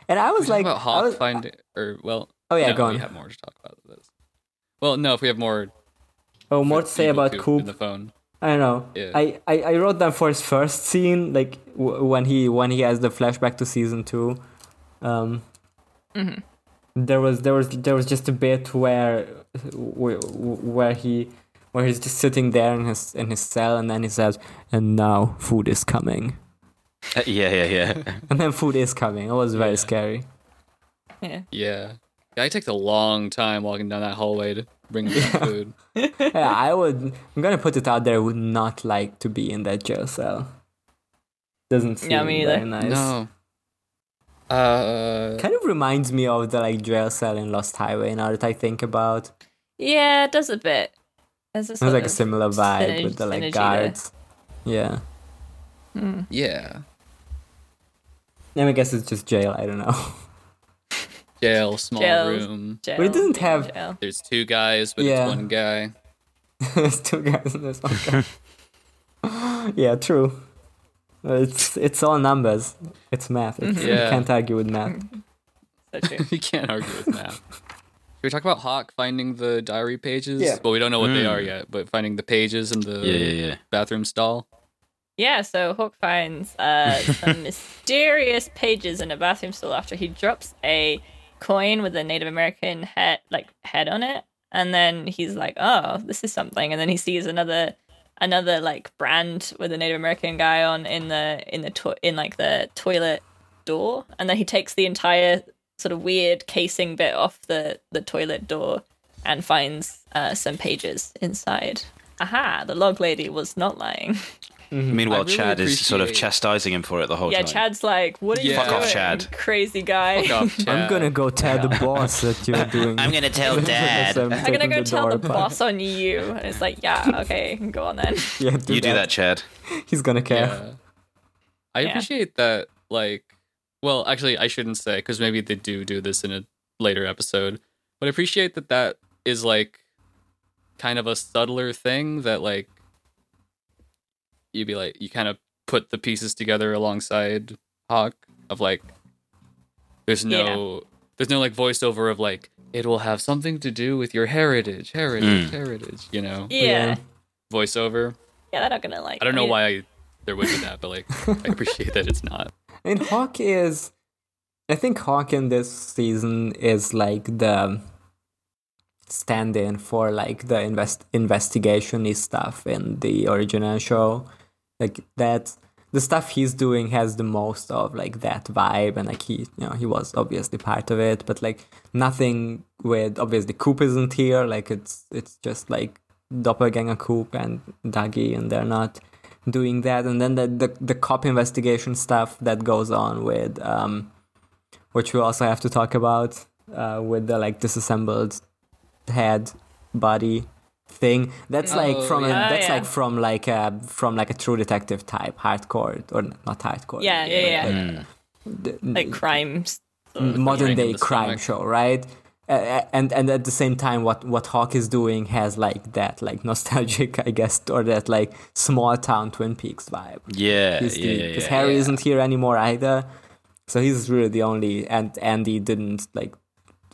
C: And I was
B: we talk
C: like,
B: about
C: I
B: hot
C: was,
B: find or well.
C: Oh, yeah,
B: no,
C: go on.
B: We have more to talk about than this. Well, no, if we have more.
C: oh, more to say
B: evil
C: about
B: in
C: Coop.
B: the phone.
C: I don't know.
B: Yeah.
C: I, I, I wrote down for his first scene, like w- when he when he has the flashback to season two. Um, There was there was there was just a bit where where, where he where he's just sitting there in his in his cell, and then he says, "And now food is coming."
E: Uh, yeah, yeah, yeah.
C: And then food is coming. It was very scary.
D: yeah.
B: Yeah, guy takes a long time walking down that hallway to bring me food.
C: yeah, I would. I'm gonna put it out there. I Would not like to be in that jail cell. Doesn't seem
D: Yeah, me
C: very
D: either.
C: nice.
B: No. Uh,
C: Kind of reminds me of the like jail cell in Lost Highway. Now that I think about,
D: Yeah, it does a bit. There's a
C: it was
D: sort
C: like a
D: of
C: similar vibe
D: synerg-
C: with the like
D: synergy
C: guards. Yeah.
D: hmm,
B: yeah.
C: Then I guess it's just jail. I don't know.
B: Jail, small
D: Jail.
B: room.
D: there.
C: But it
D: Jail,
C: doesn't have-
D: jail.
B: There's two guys, but
C: Yeah.
B: it's one guy.
C: There's two guys in this one. guy. yeah, true. It's it's all numbers. It's math. It's,
B: Yeah.
C: You can't argue with math.
D: So true.
B: You can't argue with that. Should we talk about Hawk finding the diary pages?
C: Yeah.
B: Well, we don't know what they are yet, but finding the pages in the
E: Hmm. Yeah, yeah, yeah.
B: bathroom stall.
D: Yeah, so Hawk finds uh, some mysterious pages in a bathroom stall after he drops a coin with a Native American head, like head on it, and then he's like, "Oh, this is something." And then he sees another, another like brand with a Native American guy on in the in the to- in like the toilet door, and then he takes the entire sort of weird casing bit off the the toilet door and finds uh, some pages inside. Aha! The log lady was not lying.
E: Meanwhile,
B: I really
E: Chad is sort of
B: appreciate-
E: chastising him for it the whole
D: Yeah,
E: time.
D: Chad's like, what are you
B: Yeah. Fuck
D: doing?
B: off,
E: Chad.
D: Crazy guy.
B: I'm
C: I'm gonna go tell the boss that you're doing. I'm
E: gonna tell
D: I'm gonna go tell the boss on you. And it's like, yeah, okay, go on then.
C: Yeah,
E: You do that, Chad.
C: He's gonna care.
B: Yeah. I
D: Yeah.
B: appreciate that. Like, well, actually, I shouldn't say because maybe they do do this in a later episode. But I appreciate that that is like kind of a subtler thing that like you'd be like you kind of put the pieces together alongside Hawk of like there's no there's no like voiceover of like it will have something to do with your heritage heritage heritage you know
D: Yeah.
C: Yeah.
D: Yeah,
B: voiceover
D: they're not gonna like
B: I don't know
D: mean,
B: why I, there would be that, but like I appreciate that it's not.
C: And Hawk is, I think Hawk in this season is like the stand-in for like the invest investigationy stuff in the original show. Like that, the stuff he's doing has the most of like that vibe, and like he, you know, he was obviously part of it, but like nothing with obviously Coop isn't here. Like it's it's just like doppelganger Coop and Dougie, and they're not doing that and then the, the the cop investigation stuff that goes on with um which we also have to talk about uh with the like disassembled head body thing that's like
B: Oh,
C: from a,
D: yeah. Oh,
C: that's
D: yeah.
C: like from like a from like a true detective type hardcore or not hardcore
D: Yeah, yeah, yeah.
B: Mm.
C: the-
D: Like crimes.
C: modern
B: Drink in
C: day
B: the
C: crime
B: stomach.
C: show, right? Uh, and and at the same time, what what Hawk is doing has like that like nostalgic, I guess, or that like small town Twin Peaks vibe.
E: Yeah,
C: He's
E: yeah, yeah,
C: because
E: yeah.
C: Harry isn't here anymore either, so he's really the only. And Andy didn't like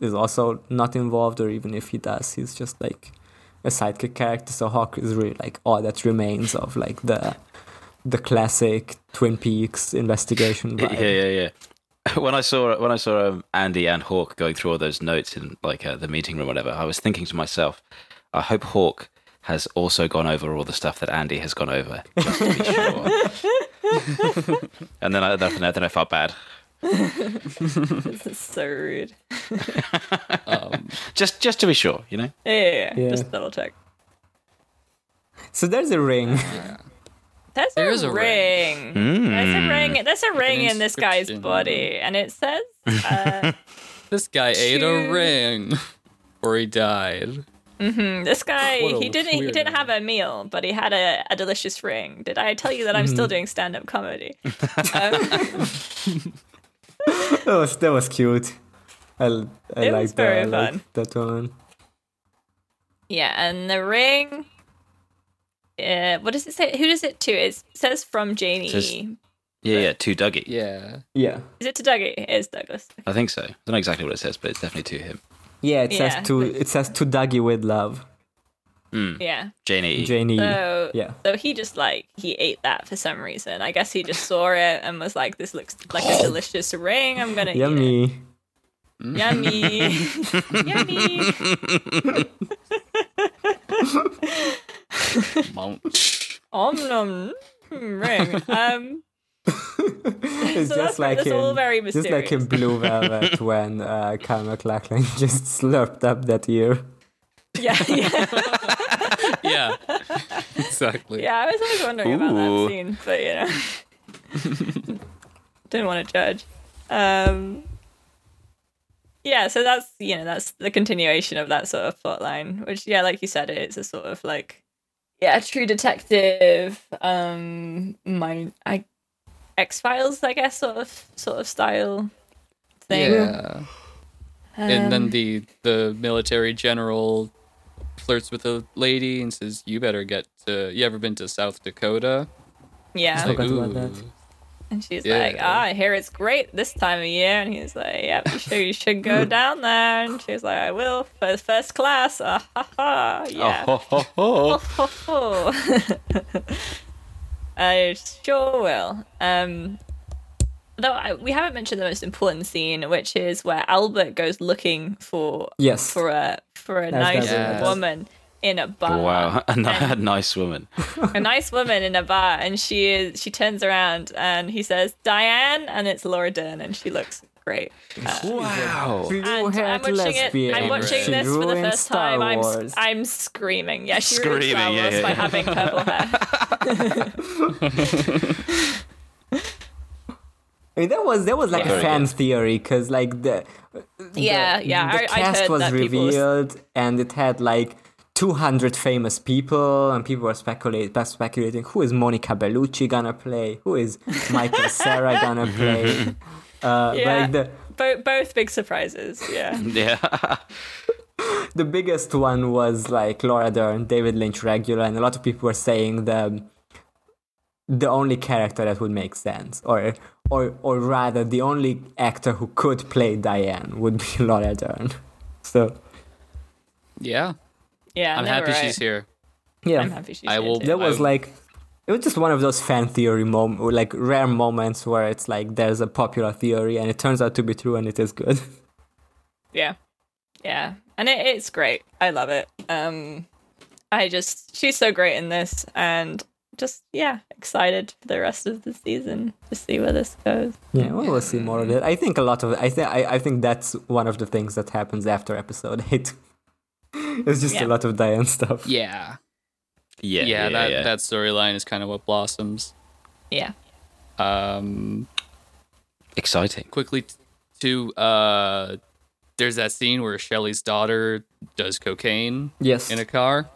C: is also not involved, or even if he does, he's just like a sidekick character. So Hawk is really like all that remains of like the the classic Twin Peaks investigation vibe.
E: Yeah, yeah, yeah. When I saw when I saw um, Andy and Hawk going through all those notes in like uh, the meeting room, or whatever, I was thinking to myself, I hope Hawk has also gone over all the stuff that Andy has gone over, just to be sure. and then I, then I- then I felt bad.
D: This is so rude.
E: Just just to be sure, you know.
D: Yeah, yeah, yeah.
C: Yeah.
D: just double check.
C: So there's a ring.
D: There's
B: There
D: a,
B: is a ring.
D: ring.
B: Hmm.
D: There's a ring. There's a ring in this guy's
B: inscription.
D: body, and it says, uh,
B: This guy ate a
D: Two.
B: ring, or he died.
D: "This guy,
B: What a
D: he didn't. He didn't
B: weirdo.
D: have a meal, but he had a, a delicious ring." Did I tell you that I'm still doing stand-up comedy?
C: that was that was cute. I, l- I
D: It
C: like
D: was very
C: that. I liked
D: fun.
C: that one.
D: Yeah, and the ring. Uh, what does it say? Who does it to? It says from Janie.
E: Says- Yeah, yeah, to Dougie.
B: Yeah.
C: Yeah.
D: Is it to Dougie? It is Douglas.
E: I think so. I don't know exactly what it says, but it's definitely to him.
C: Yeah, it
D: Yeah.
C: says to it says to Dougie with love.
D: Yeah.
E: Janie.
C: Janie.
D: So
C: Yeah.
D: So he just like he ate that for some reason. I guess he just saw it and was like, "This looks like a delicious ring. I'm gonna eat
C: Oh. Yummy.
D: it. Yummy, yummy."
B: Munch.
D: Om nom nom ring. Um,
C: It's
D: So that's
C: just
D: why
C: like
D: it's all
C: in,
D: very
C: just like in Blue Velvet when uh, Kyle MacLachlan just slurped up that ear.
D: yeah, yeah,
B: Yeah. exactly.
D: yeah. I was always wondering about that
E: Ooh.
D: scene, but you know, didn't want to judge. Um, yeah, so that's you know that's the continuation of that sort of plot line, which yeah, like you said, it's a sort of like yeah, True Detective, um, my I X Files, I guess, sort of sort of style thing.
B: Yeah. and then the the military general flirts with a lady and says, "You better get to. You ever been to South Dakota?"
D: Um, yeah.
B: It's
C: Forgot about that.
B: "Ooh."
D: And she's
B: Yeah.
D: like, ah, I hear it's great this time of year. And he's like, yep, you should, you should go down there. And she's like, I will, for first class. Ah, ha, ha. Yeah.
E: Oh, ho, ho, ho.
D: Ho, ho. I sure will. Um, though I, we haven't mentioned the most important scene, which is where Albert goes looking for
C: Yes.
D: for a for a
C: That's
D: nice
B: Yes.
D: woman in a bar
E: Wow, a, ni- a nice woman.
D: a nice woman in a bar and she is she turns around and he says diane and it's laura dern and she looks great
E: Wow.
D: and i'm
C: Blue-haired
D: watching it i'm
C: lesbian.
D: watching
C: She
D: this for the
C: ruined
D: first
C: Star
D: time i'm
C: Wars.
D: i'm screaming yeah she
E: Screaming,
D: ruined Star
E: yeah,
D: Wars
E: yeah,
D: by
E: yeah.
D: having purple hair
C: I mean, that was that was like
E: Very
C: a fan theory because like the
D: yeah
C: the-
D: yeah
C: the
D: I, I
C: cast
D: heard
C: was
D: that people was-
C: revealed and it had like 200 famous people and people were speculate, speculating who is Monica Bellucci gonna play, who is Michael Sarah gonna play. Uh,
D: Yeah.
C: Like the
D: bo- both big surprises yeah
E: Yeah.
C: the biggest one was like Laura Dern, David Lynch regular, and a lot of people were saying the the only character that would make sense, or or or rather, the only actor who could play Diane would be Laura Dern. So
B: Yeah.
D: yeah
B: I'm
D: they
B: happy
D: were right.
B: she's here.
C: yeah,
D: i'm happy she's
B: I
D: here
B: will-
D: too.
C: that was
B: I-
C: like it was just one of those fan theory mom like rare moments where it's like there's a popular theory and it turns out to be true and it is good.
D: Yeah. Yeah. And it, it's great. I love it. Um I just she's so great in this and just yeah, excited for the rest of the season to see where this goes.
C: Yeah, well, we'll see more of it. I think a lot of I think I I think that's one of the things that happens after episode eight. it's just
D: Yeah.
C: a lot of Diane stuff.
B: Yeah.
E: Yeah.
B: Yeah.
E: Yeah.
B: that
E: yeah.
B: that storyline is kind of what blossoms.
D: Yeah.
B: Um.
E: Exciting.
B: Quickly, t- to uh, there's that scene where Shelley's daughter does cocaine
C: Yes.
B: in a car.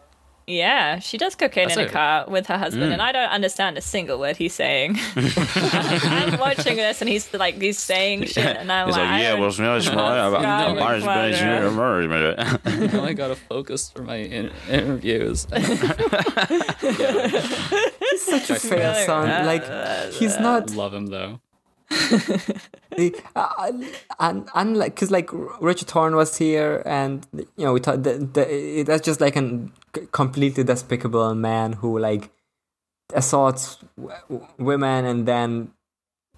D: Yeah, she does cocaine
B: That's
D: in a
B: it.
D: car with her husband, and I don't understand a single word he's saying. I'm watching this, and he's like, he's saying shit, and I'm
E: It's
D: like,
E: like,
D: I
E: yeah,
D: don't-
E: well, it's not smart.
D: Yeah,
E: I'm- I'm
D: I'm
E: Irish, but it's
D: flattered.
E: not-
B: now I gotta focus for my in- interviews.
C: such a fair
D: Really?
C: son. Like he's not.
B: Love him though.
C: the- uh, un- unlike because like R- Richard Thorne was here, and you know we thought that, that it- that's just like an c- completely despicable man who like assaults w- w- women and then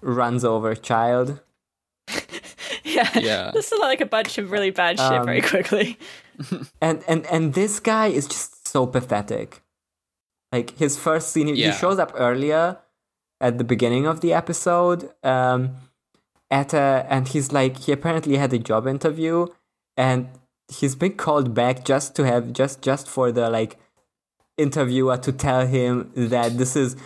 C: runs over a child.
D: yeah,
B: Yeah.
D: This is like a bunch of really bad shit very quickly.
C: and and and this guy is just so pathetic. Like his first scene, he, he
B: Yeah.
C: shows up earlier at the beginning of the episode. Um, at a, and he's like he apparently had a job interview, and he's been called back just to have just just for the like interviewer to tell him that this is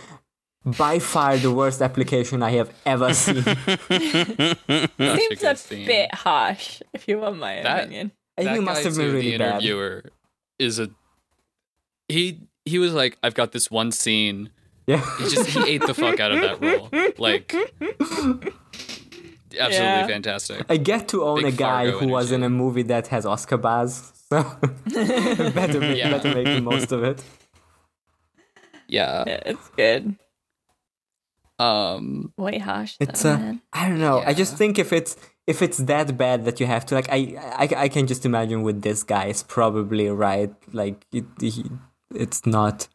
C: by far the worst application I have ever seen.
D: Seems
B: good
D: a
B: scene.
D: bit harsh, if you want my
B: That-
D: opinion.
C: I think
B: that
C: it must
B: guy,
C: have been
B: too,
C: really
B: the
C: bad.
B: interviewer is a he he was like i've got this one scene
C: Yeah.
B: he just he ate the fuck out of that role like absolutely
D: Yeah.
B: fantastic
C: I get to own
B: Big
C: a guy
B: Fargo
C: who was in a movie that has Oscar buzz, so better, make,
B: Yeah.
C: better make the most of it.
B: yeah
D: Yeah, it's good.
B: um
D: Way harsh.
C: It's
D: though,
C: uh,
D: man.
C: I don't know. I just
B: Yeah.
C: think if it's if it's that bad that you have to like, I I, I can just imagine with this guy is probably right. Like it, he, it's not.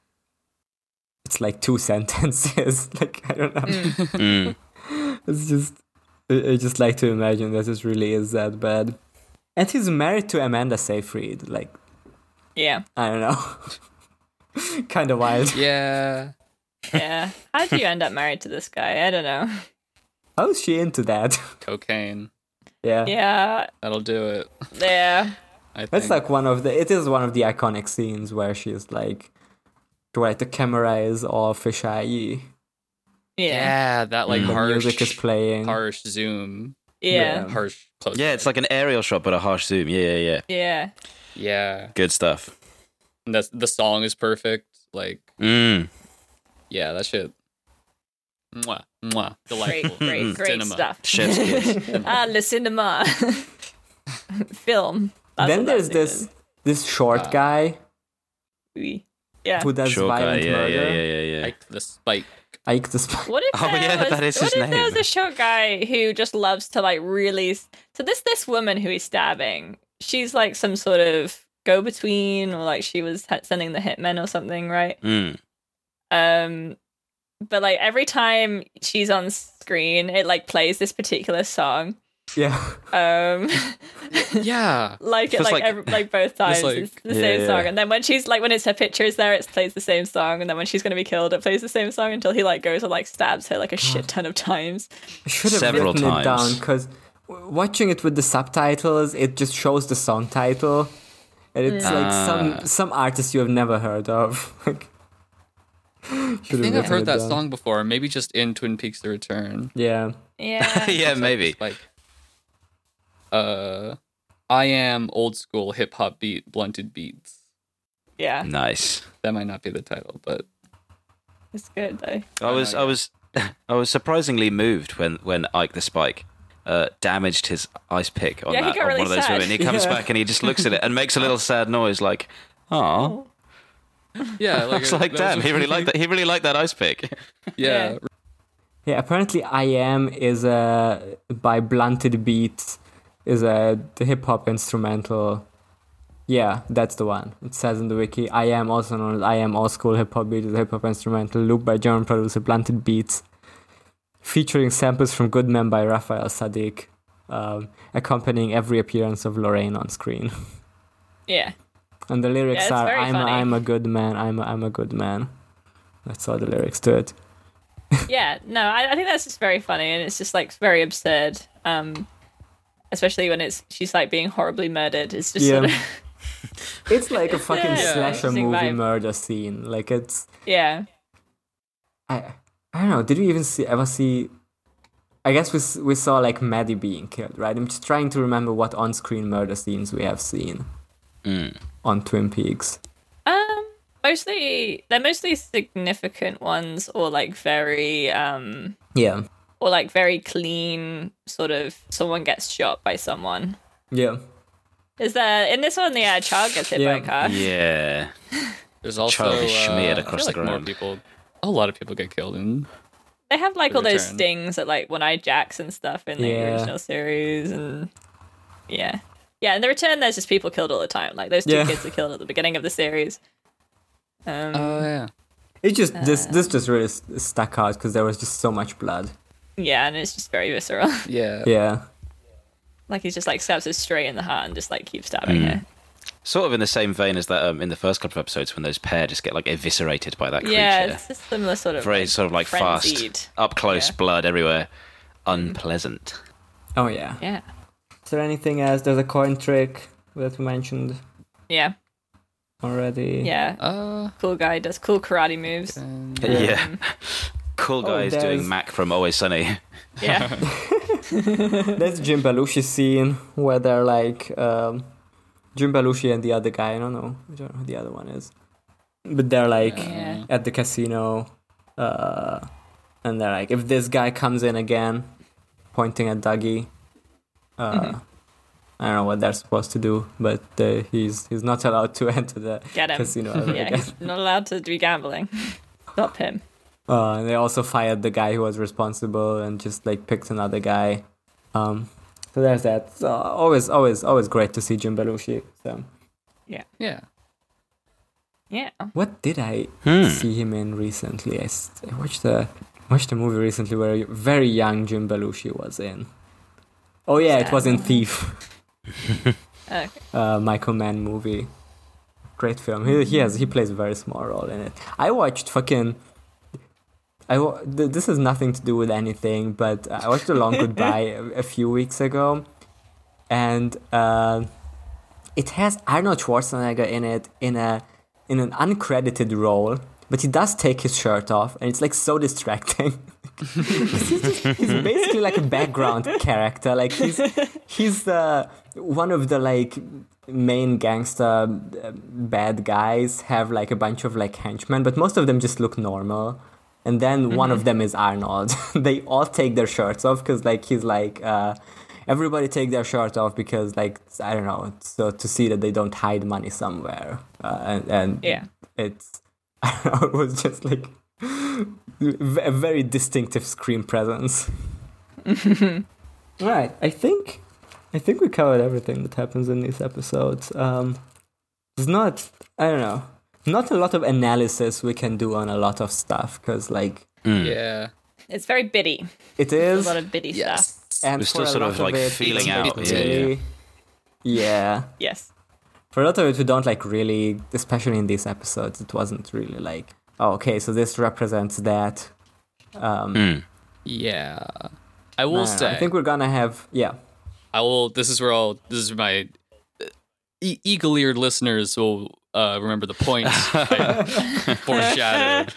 C: It's like two sentences. like I don't know.
E: Mm.
C: It's just, I I just like to imagine that it really is that bad. And he's married to Amanda Seyfried. Like
D: Yeah,
C: I don't know. kind of wild.
B: yeah
D: yeah. How'd you end up married to this guy? I don't know.
C: How is she into that?
B: cocaine
C: yeah.
D: Yeah,
B: that'll do it
D: yeah.
B: i think
C: That's like one of the. It is one of the iconic scenes where she's like, where the camera is all fisheye.
D: Yeah.
B: yeah that like
C: The
B: harsh
C: music is playing.
B: harsh zoom
D: Yeah.
C: Yeah.
B: harsh close
E: Yeah, it's like an aerial shot, but a harsh zoom. Yeah, yeah, yeah.
D: Yeah.
B: yeah
E: Good stuff.
B: and that's the song is perfect like
E: Mm.
B: yeah that shit mwah mwah delightful Mm-hmm.
D: Great, great, great
B: Cinema.
D: stuff.
E: Chef's kiss.
D: Ah, le cinema. Film. That's
C: then
D: what that
C: there's
D: thing
C: this
D: is.
C: this short
B: Ah.
C: guy
D: We- Yeah.
C: who does
E: Sure guy.
C: violent
E: Yeah,
C: murder.
E: yeah, yeah, yeah, yeah.
B: like the spike
C: Ike the Spy.
D: What if
E: Oh,
D: there
E: yeah,
D: was,
E: that is
D: what
E: his
D: if there was
E: name.
D: a short guy who just loves to like really? s- So this this woman who he's stabbing, she's like some sort of go between, or like she was h- sending the hitmen or something, right?
E: Mm.
D: Um, but like every time she's on screen, it like plays this particular song.
C: Yeah.
D: Um,
B: yeah
D: like it
E: Just
D: like
E: like-
D: every, like both times
B: like-
D: it's the
E: Yeah,
D: same
E: yeah.
D: song and then when she's like when it's her pictures there it plays the same song and then when she's gonna be killed it plays the same song until he like goes and like stabs her like a shit ton of times
C: I should have
E: Several
C: written it down
E: times.
C: because watching it with the subtitles, it just shows the song title, and it's like
E: Ah.
C: some some artist you have never heard of. Like,
B: I think I've heard that song before, maybe just in Twin Peaks: The Return.
C: Yeah.
D: yeah
E: yeah, maybe.
B: Like, uh, I am old school hip hop beat, blunted beats.
D: yeah
E: Nice.
B: That might not be the title, but
D: it's good though
E: I was, I was, I was surprisingly moved when when Ike the Spike uh, damaged his ice pick on
D: Yeah, he
E: that
D: got
E: on
D: really
E: one of those
D: sad.
E: women. He comes
C: Yeah.
E: back and he just looks at it and makes a little sad noise, like, "Oh."
B: yeah,
E: I
B: like,
E: was like,
B: that
E: "Damn,
B: was-
E: he really liked that. He really liked that ice pick."
B: Yeah,
D: Yeah.
C: Yeah, apparently I Am is a by Blunted Beats is a hip hop instrumental. Yeah, that's the one. It says in the wiki. I am also known as I am old school hip hop beat is a hip hop instrumental looped by German producer Blunted Beats, featuring samples from Good Men by Raphael Sadiq, um, accompanying every appearance of Lorraine on screen.
D: yeah
C: And the lyrics
D: it's
C: are
D: very
C: I'm
D: funny.
C: a, I'm a good man. I'm a, I'm a good man. That's all the lyrics to it.
D: yeah no I, I think that's just very funny and it's just like very absurd um especially when it's she's like being horribly murdered it's just sort of
C: Yeah. It's like a fucking
D: yeah,
C: slasher
D: interesting
C: movie
D: vibe.
C: murder scene. Like it's
D: yeah
C: I I don't know. Did we even see ever see? I guess we s- we saw like Maddie being killed, right? I'm just trying to remember what on-screen murder scenes we have seen Mm. on Twin Peaks.
D: Um, mostly they're mostly significant ones, or like very um,
C: Yeah,
D: or like very clean sort of. Someone gets shot by someone.
C: yeah,
D: Is there in this one? Yeah, a child gets hit by a
C: Yeah.
D: car.
E: yeah.
B: there's also
E: Charlie
B: uh,
E: smeared
B: I
E: across
B: feel
E: the
B: like more
E: ground.
B: people. A lot of people get killed in.
D: They have like all those
B: Return.
D: stings that like One Eye Jacks and stuff in the
C: Yeah.
D: original series, and yeah, yeah. In the return, there's just people killed all the time. Like those two
C: Yeah.
D: kids are killed at the beginning of the series. Um,
C: Uh.
B: Oh yeah,
C: It just this this just really s- stuck out because there was just so much blood.
D: yeah, and it's just very visceral.
B: yeah.
C: Yeah, Hmm.
D: like he just like stabs her straight in the heart and just like keeps stabbing her.
E: Sort of in the same vein as that um, in the first couple of episodes when those pair just get like eviscerated by that creature.
D: Yeah, it's a similar sort of
E: Very
D: like,
E: sort of like
D: frenzied.
E: fast, up close,
D: Yeah.
E: blood everywhere, unpleasant.
C: Oh yeah.
D: Yeah,
C: Is there anything else? There's a coin trick that we mentioned
D: yeah,
C: already.
D: yeah.
B: Uh,
D: cool guy does cool karate moves. Um,
E: Yeah. Cool
D: Oh,
E: guys
C: there's-
E: doing Mac from Always Sunny.
D: Yeah,
C: There's Jim Belushi scene where they're like um, Jim Belushi and the other guy. I don't know. I don't know who the other one is. But they're like
D: Yeah.
C: at the casino, uh, and they're like, if this guy comes in again, pointing at Dougie. Uh, I don't know what they're supposed to do, but uh, he's he's not allowed to enter the
D: Get him.
C: casino ever
D: yeah.
C: again.
D: He's not allowed to be gambling. Stop him.
C: Uh, and they also fired the guy who was responsible and just like picked another guy. Um, so there's that. So always, always, always great to see Jim Belushi. So
B: yeah.
D: Yeah.
C: what did I
E: Hmm.
D: Hmm.
C: see him in recently? I, s- I watched a watched a movie recently where a very young Jim Belushi was in. Oh yeah, it was in Thief,
D: Okay.
C: uh, Michael Mann movie. Great film. He, he has he plays a very small role in it. I watched fucking. I wa- th- this has nothing to do with anything, but I watched The Long Goodbye a, a few weeks ago, and uh, it has Arnold Schwarzenegger in it in a in an uncredited role, but he does take his shirt off, and it's like so distracting. he's, just- he's basically like a background character. Like he's he's the one of the like main gangster uh, bad guys have like a bunch of like henchmen, but most of them just look normal. And then one of them is Arnold. they all take their shirts off because like he's like uh, everybody take their shirt off because like I don't know so to see that they don't hide money somewhere. Uh, and, and
D: Yeah.
C: it's I don't know, it was just like v- a very distinctive screen presence. right, I think I think we covered everything that happens in these episodes. Um, there's not I don't know not a lot of analysis we can do on a lot of stuff because like
E: Hmm.
B: Yeah.
D: It's very bitty.
C: it
D: A
C: is
D: lot of bitty stuff.
C: and
E: We're still
C: for a
E: sort
C: lot
E: of, like,
C: it, it's,
E: feeling
C: like,
E: out, yeah, yeah.
C: really- yeah.
D: Yes.
C: for a lot of it we don't like really especially in these episodes it wasn't really like oh okay so this represents that um
B: Yeah. I
C: I
B: will
C: don't know.
B: say.
C: I think we're gonna have yeah
B: I will. This is where I'll. This is my e- eagle-eared listeners will uh, remember the points I foreshadowed.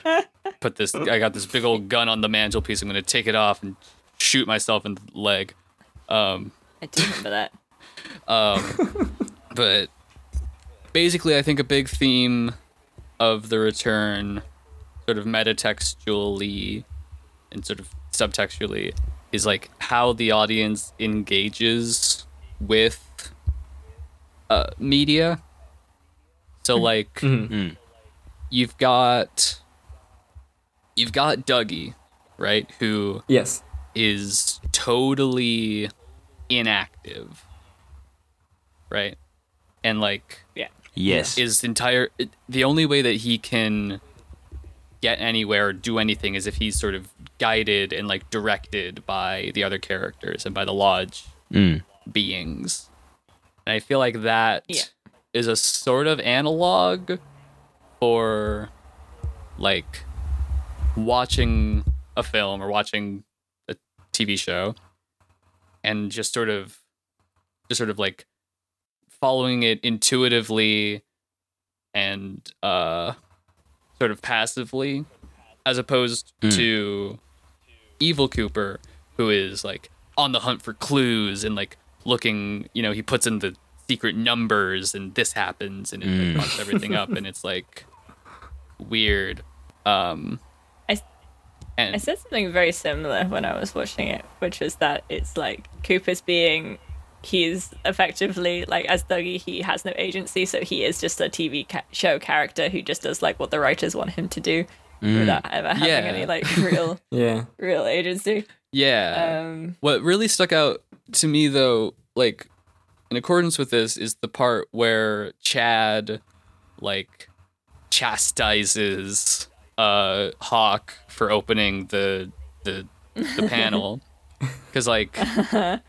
B: Put this. I got this big old gun on the mantelpiece. I'm going to take it off and shoot myself in the leg. Um,
D: I do remember that.
B: but basically, I think a big theme of the return, sort of metatextually and sort of subtextually, is like how the audience engages with uh, media. So, like, you've got you've got Dougie, right? Who
C: yes
B: is totally inactive, right? And like
D: Yeah.
E: Yes.
B: is entire it- the only way that he can get anywhere or do anything is if he's sort of guided and like directed by the other characters and by the lodge beings. And I feel like that is
D: Yeah.
B: a sort of analog for like watching a film or watching a TV show and just sort of just sort of like following it intuitively and uh sort of passively as opposed to evil cooper who is like on the hunt for clues and like looking you know he puts in the secret numbers and this happens and it like, fucks everything up and it's like weird um
D: I s-
B: and
D: I said something very similar when I was watching it, which was that it's like Cooper's being he's effectively like as Dougie he has no agency so he is just a TV ca- show character who just does like what the writers want him to do without ever having
B: Mm. Yeah.
D: any like real
C: yeah
D: real agency
B: yeah
D: um
B: What really stuck out to me, though, like in accordance with this, is the part where Chad, like, chastises uh Hawk for opening the the the panel, because like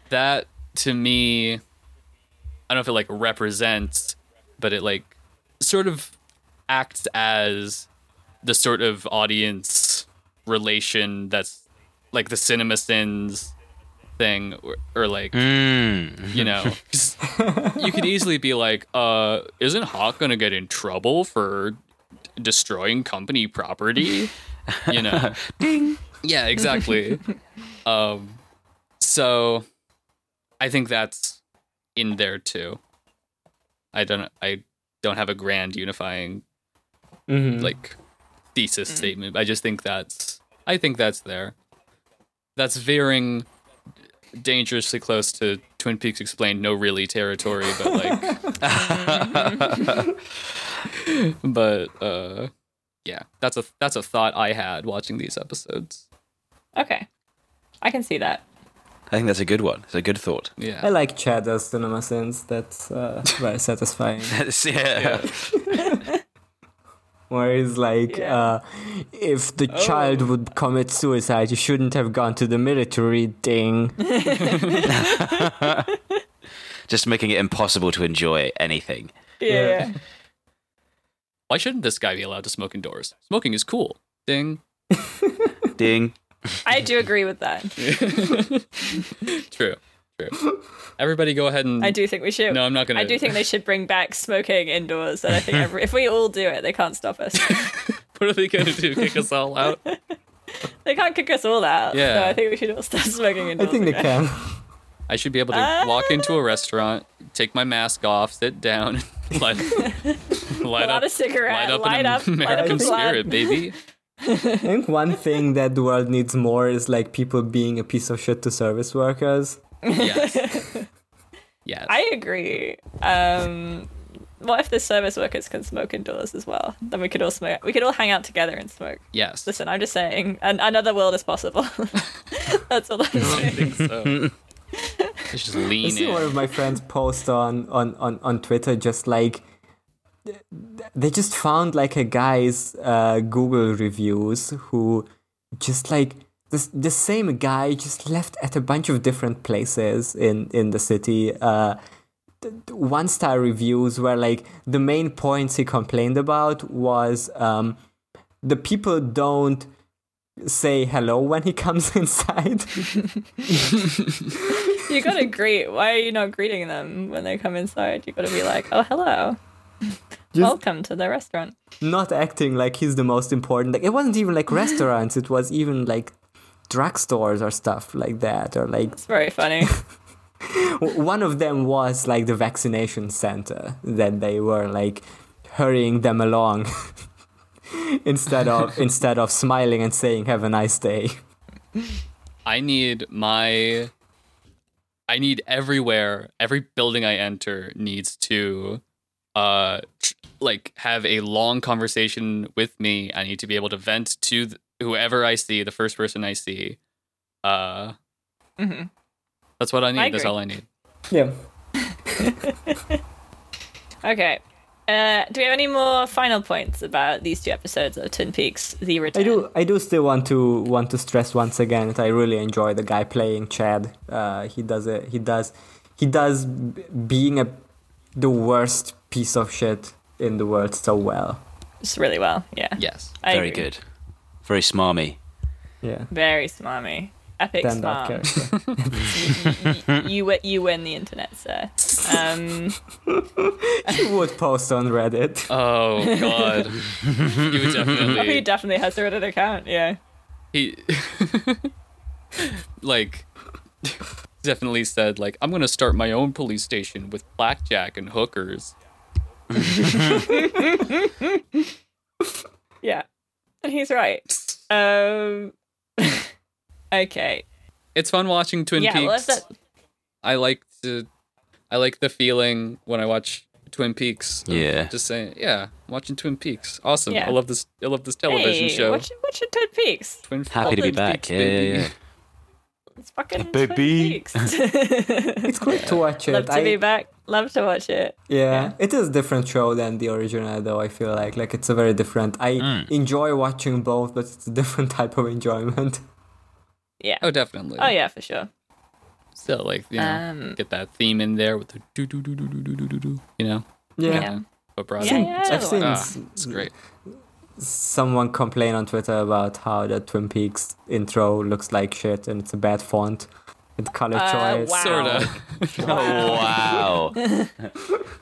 B: that to me, I don't know if it like represents but it like sort of acts as the sort of audience relation that's like the cinema sins thing or, or like you know 'Cause you could easily be like uh isn't hawk gonna get in trouble for destroying company property you know
E: Ding.
B: yeah exactly um so i think that's in there too i don't i don't have a grand unifying
D: Mm-hmm.
E: Mm-hmm.
C: Mhm.
B: like thesis statement. I just think that's I think that's there. That's veering dangerously close to Twin Peaks explained no really territory, but like but uh yeah, that's a that's a thought I had watching these episodes.
D: Okay. I can see that.
E: I think that's a good one. It's a good thought.
C: I
B: Yeah.
C: like Chad's cinema sense. That's uh, very satisfying.
E: That's- yeah.
C: Where he's like,
D: Yeah.
C: uh, if the child would commit suicide, you shouldn't have gone to the military. Ding.
E: Just making it impossible to enjoy anything.
C: Yeah.
D: yeah.
B: Why shouldn't this guy be allowed to smoke indoors? Smoking is cool. Ding.
E: Ding.
D: I do agree with that.
B: True. True. Everybody go ahead and
D: I do think we should.
B: No, I'm not gonna
D: I do think they should bring back smoking indoors, and I think every, if we all do it, they can't stop us.
B: what are they gonna do? Kick us all out?
D: They can't kick us all out.
B: Yeah.
D: So I think we should all stop smoking
C: I
D: indoors.
C: think they
D: again.
C: can.
B: I should be able to walk into a restaurant, take my mask off, sit down, light, light
D: Light
B: up,
D: a cigarette.
B: light up
D: Light
B: an
D: up. Light up
B: American
D: a
B: spirit,
D: blunt.
B: baby.
C: I think one thing that the world needs more is like people being a piece of shit to service workers.
B: Yes. Yes.
D: I agree. Um, what if the service workers can smoke indoors as well? Then we could all smoke. We could all hang out together and smoke.
B: yes.
D: Listen, I'm just saying, an- another world is possible. That's all I'm
B: I
D: saying.
B: think so. Let's just
C: I
B: lean
C: see one of
B: in.
C: my friends post on on on on Twitter just like th- they just found like a guy's uh, Google reviews who just like this the same guy just left at a bunch of different places in in the city. Uh, one star reviews where like the main points he complained about was um, the people don't say hello when he comes inside.
D: You gotta greet. Why are you not greeting them when they come inside? You gotta be like, oh, hello. Welcome to the restaurant.
C: not acting like he's the most important. Like it wasn't even like restaurants; it was even like drugstores or stuff like that. Or like
D: It's very funny.
C: w- one of them was like the vaccination center that they were like hurrying them along instead of instead of smiling and saying "Have a nice day."
B: I need my. I need everywhere. Every building I enter needs to, uh, tr- like have a long conversation with me. I need to be able to vent to th- whoever I see, the first person I see. Uh,
D: Mhm.
B: that's what I need. That's
D: agree.
B: all I need.
C: Yeah.
D: Okay. Uh, do we have any more final points about these two episodes of Twin Peaks: The Return?
C: I do. I do still want to want to stress once again that I really enjoy the guy playing Chad. Uh, he does it. He does. He does b- being a the worst piece of shit in the world so well.
D: It's really well. Yeah.
B: Yes.
D: I
E: Very
D: agree.
E: good. Very smarmy.
C: Yeah.
D: Very smarmy. Epic
C: Stand out
D: smarm.
C: character.
D: you wi- you win the internet, sir. Um,
C: he would post on Reddit.
B: Oh God. you would
D: oh,
B: definitely.
D: he definitely has a Reddit account. Yeah.
B: He. like. Definitely said like I'm gonna start my own police station with blackjack and hookers.
D: Yeah. And he's right. Um. okay.
B: It's fun watching Twin
D: yeah.
B: Peaks.
D: Well, if that,
B: I like to, I like the feeling when I watch Twin Peaks. of
E: Yeah.
B: Just saying, yeah, watching Twin Peaks, awesome.
D: Yeah.
B: I love this. I love this television
D: hey,
B: show.
D: Watch, watch your Twin Peaks.
B: Twin
E: Happy to be
B: Twin
E: back.
B: Peaks,
E: Yeah,
B: baby.
E: yeah, yeah.
D: It's fucking Twin
E: Baby.
D: Peaks.
C: It's great to watch it.
D: Love to
C: I-
D: be back. Love to watch it.
C: yeah, it is a different show than the original, though. I feel like like it's a very different. I enjoy watching both, but it's a different type of enjoyment.
D: Yeah.
B: Oh, definitely.
D: Oh yeah, for sure.
B: So like, you know,
D: Um,
B: get that theme in there with the do do do do do do do do. You know.
D: Yeah.
B: abroad.
D: Yeah, yeah,
C: I've seen
B: Ah,
C: s-
B: it's great.
C: someone complain on Twitter about how the Twin Peaks intro looks like shit and it's a bad font and color
D: Uh,
C: choice.
D: wow.
B: Sort of.
E: Wow.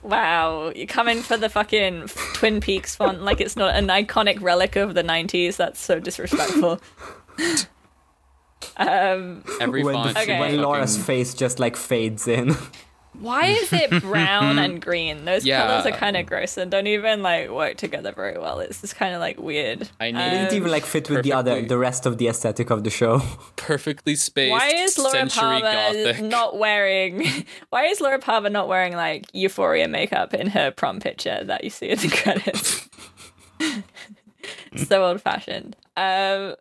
D: Wow, you're coming for the fucking Twin Peaks font like it's not an iconic relic of the 90s. That's so disrespectful. Um,
B: Every
C: When,
B: font.
C: the,
B: is
D: Okay.
C: when
B: fucking-
C: Laura's face just like fades in.
D: Why is it brown and green? Those
B: Yeah.
D: colors are kind of gross and don't even like work together very well. It's just kind of like weird. Um,
B: I
C: It
B: need
C: didn't even like fit with the other
B: perfectly-
C: the rest of the aesthetic of the show.
B: perfectly spaced
D: Why is Laura
B: century
D: Palmer
B: gothic.
D: not wearing? Why is Laura Palmer not wearing like Euphoria makeup in her prom picture that you see in the credits? so old fashioned. Um,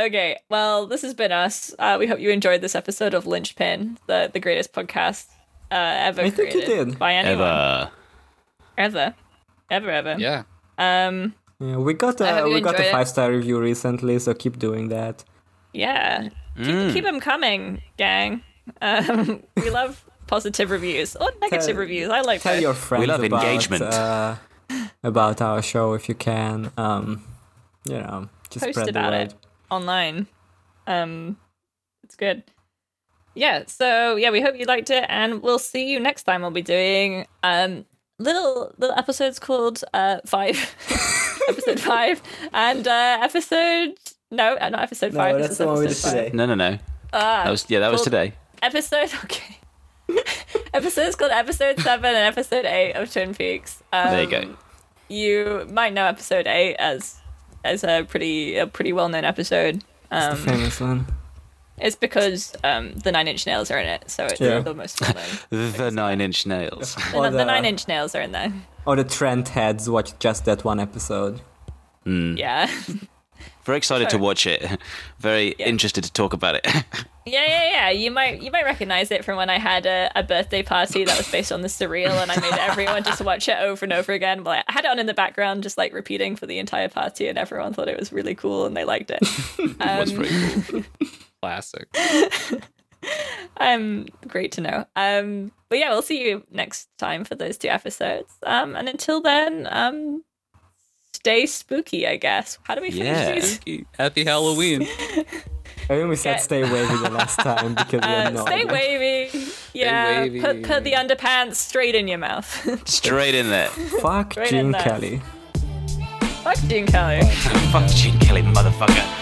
D: okay, well, this has been us. Uh, we hope you enjoyed this episode of Lynchpin, the the greatest podcast uh, ever
C: I think you
D: created
C: did.
D: by anyone
E: Ever.
D: ever, ever, ever.
B: yeah.
D: Um,
C: Yeah, we got
D: I
C: a
D: hope you
C: we got
D: enjoyed
C: a
D: it.
C: five star review recently, so keep doing that.
D: Yeah.
E: Hmm.
D: Keep,
E: Mm.
D: keep 'em them coming, gang. Um, we love positive reviews or negative
C: Tell-
D: reviews. I like
C: Tell
D: both.
C: your friends
E: love
C: about,
E: engagement.
C: Uh, about our show if you can. Um, you know, just
D: Post
C: spread
D: about
C: the
D: it
C: word.
D: online. Um, it's good. Yeah. So yeah, we hope you liked it, and we'll see you next time. We'll be doing um little little episodes called uh five, episode five, and uh episode no, uh, not episode five.
C: No,
D: this
C: that's
D: is
C: the one we did
D: episode five.
C: today.
E: No, no, no. that was yeah. That was
D: well-
E: today.
D: episode okay episode's called episode 7 and episode 8 of twin peaks um,
E: There you go.
D: you might know episode 8 as as a pretty a pretty well-known episode Um,
C: It's the famous one.
D: it's because um the nine inch nails are in it so it's
C: Yeah.
D: the most well-known
E: The Nine Inch Nails.
D: the,
C: Or
D: the
C: the-
D: nine inch nails are in there
C: Or the Trent heads watched just that one episode.
D: yeah
E: Very excited to watch it. Very
D: Yeah.
E: interested to talk about it.
D: yeah yeah yeah you might you might recognize it from when i had a, a birthday party that was based on the surreal and i made everyone just watch it over and over again but i had it on in the background just like repeating for the entire party and everyone thought it was really cool and they liked it
E: That's pretty cool.
B: Classic.
D: um great to know um but yeah we'll see you next time for those two episodes um and until then um stay spooky i guess how do we finish
E: Yeah.
D: these
B: Happy Halloween.
C: I mean, we said
D: Okay.
C: stay wavy the last time because we
D: uh,
C: had no
D: stay
C: idea.
D: wavy yeah
B: wavy.
D: Put, put the underpants straight in your mouth
E: Straight in there.
C: Fuck
D: Right in
C: Gene
D: there.
C: Kelly.
D: fuck gene kelly
E: Fuck Gene Kelly, motherfucker.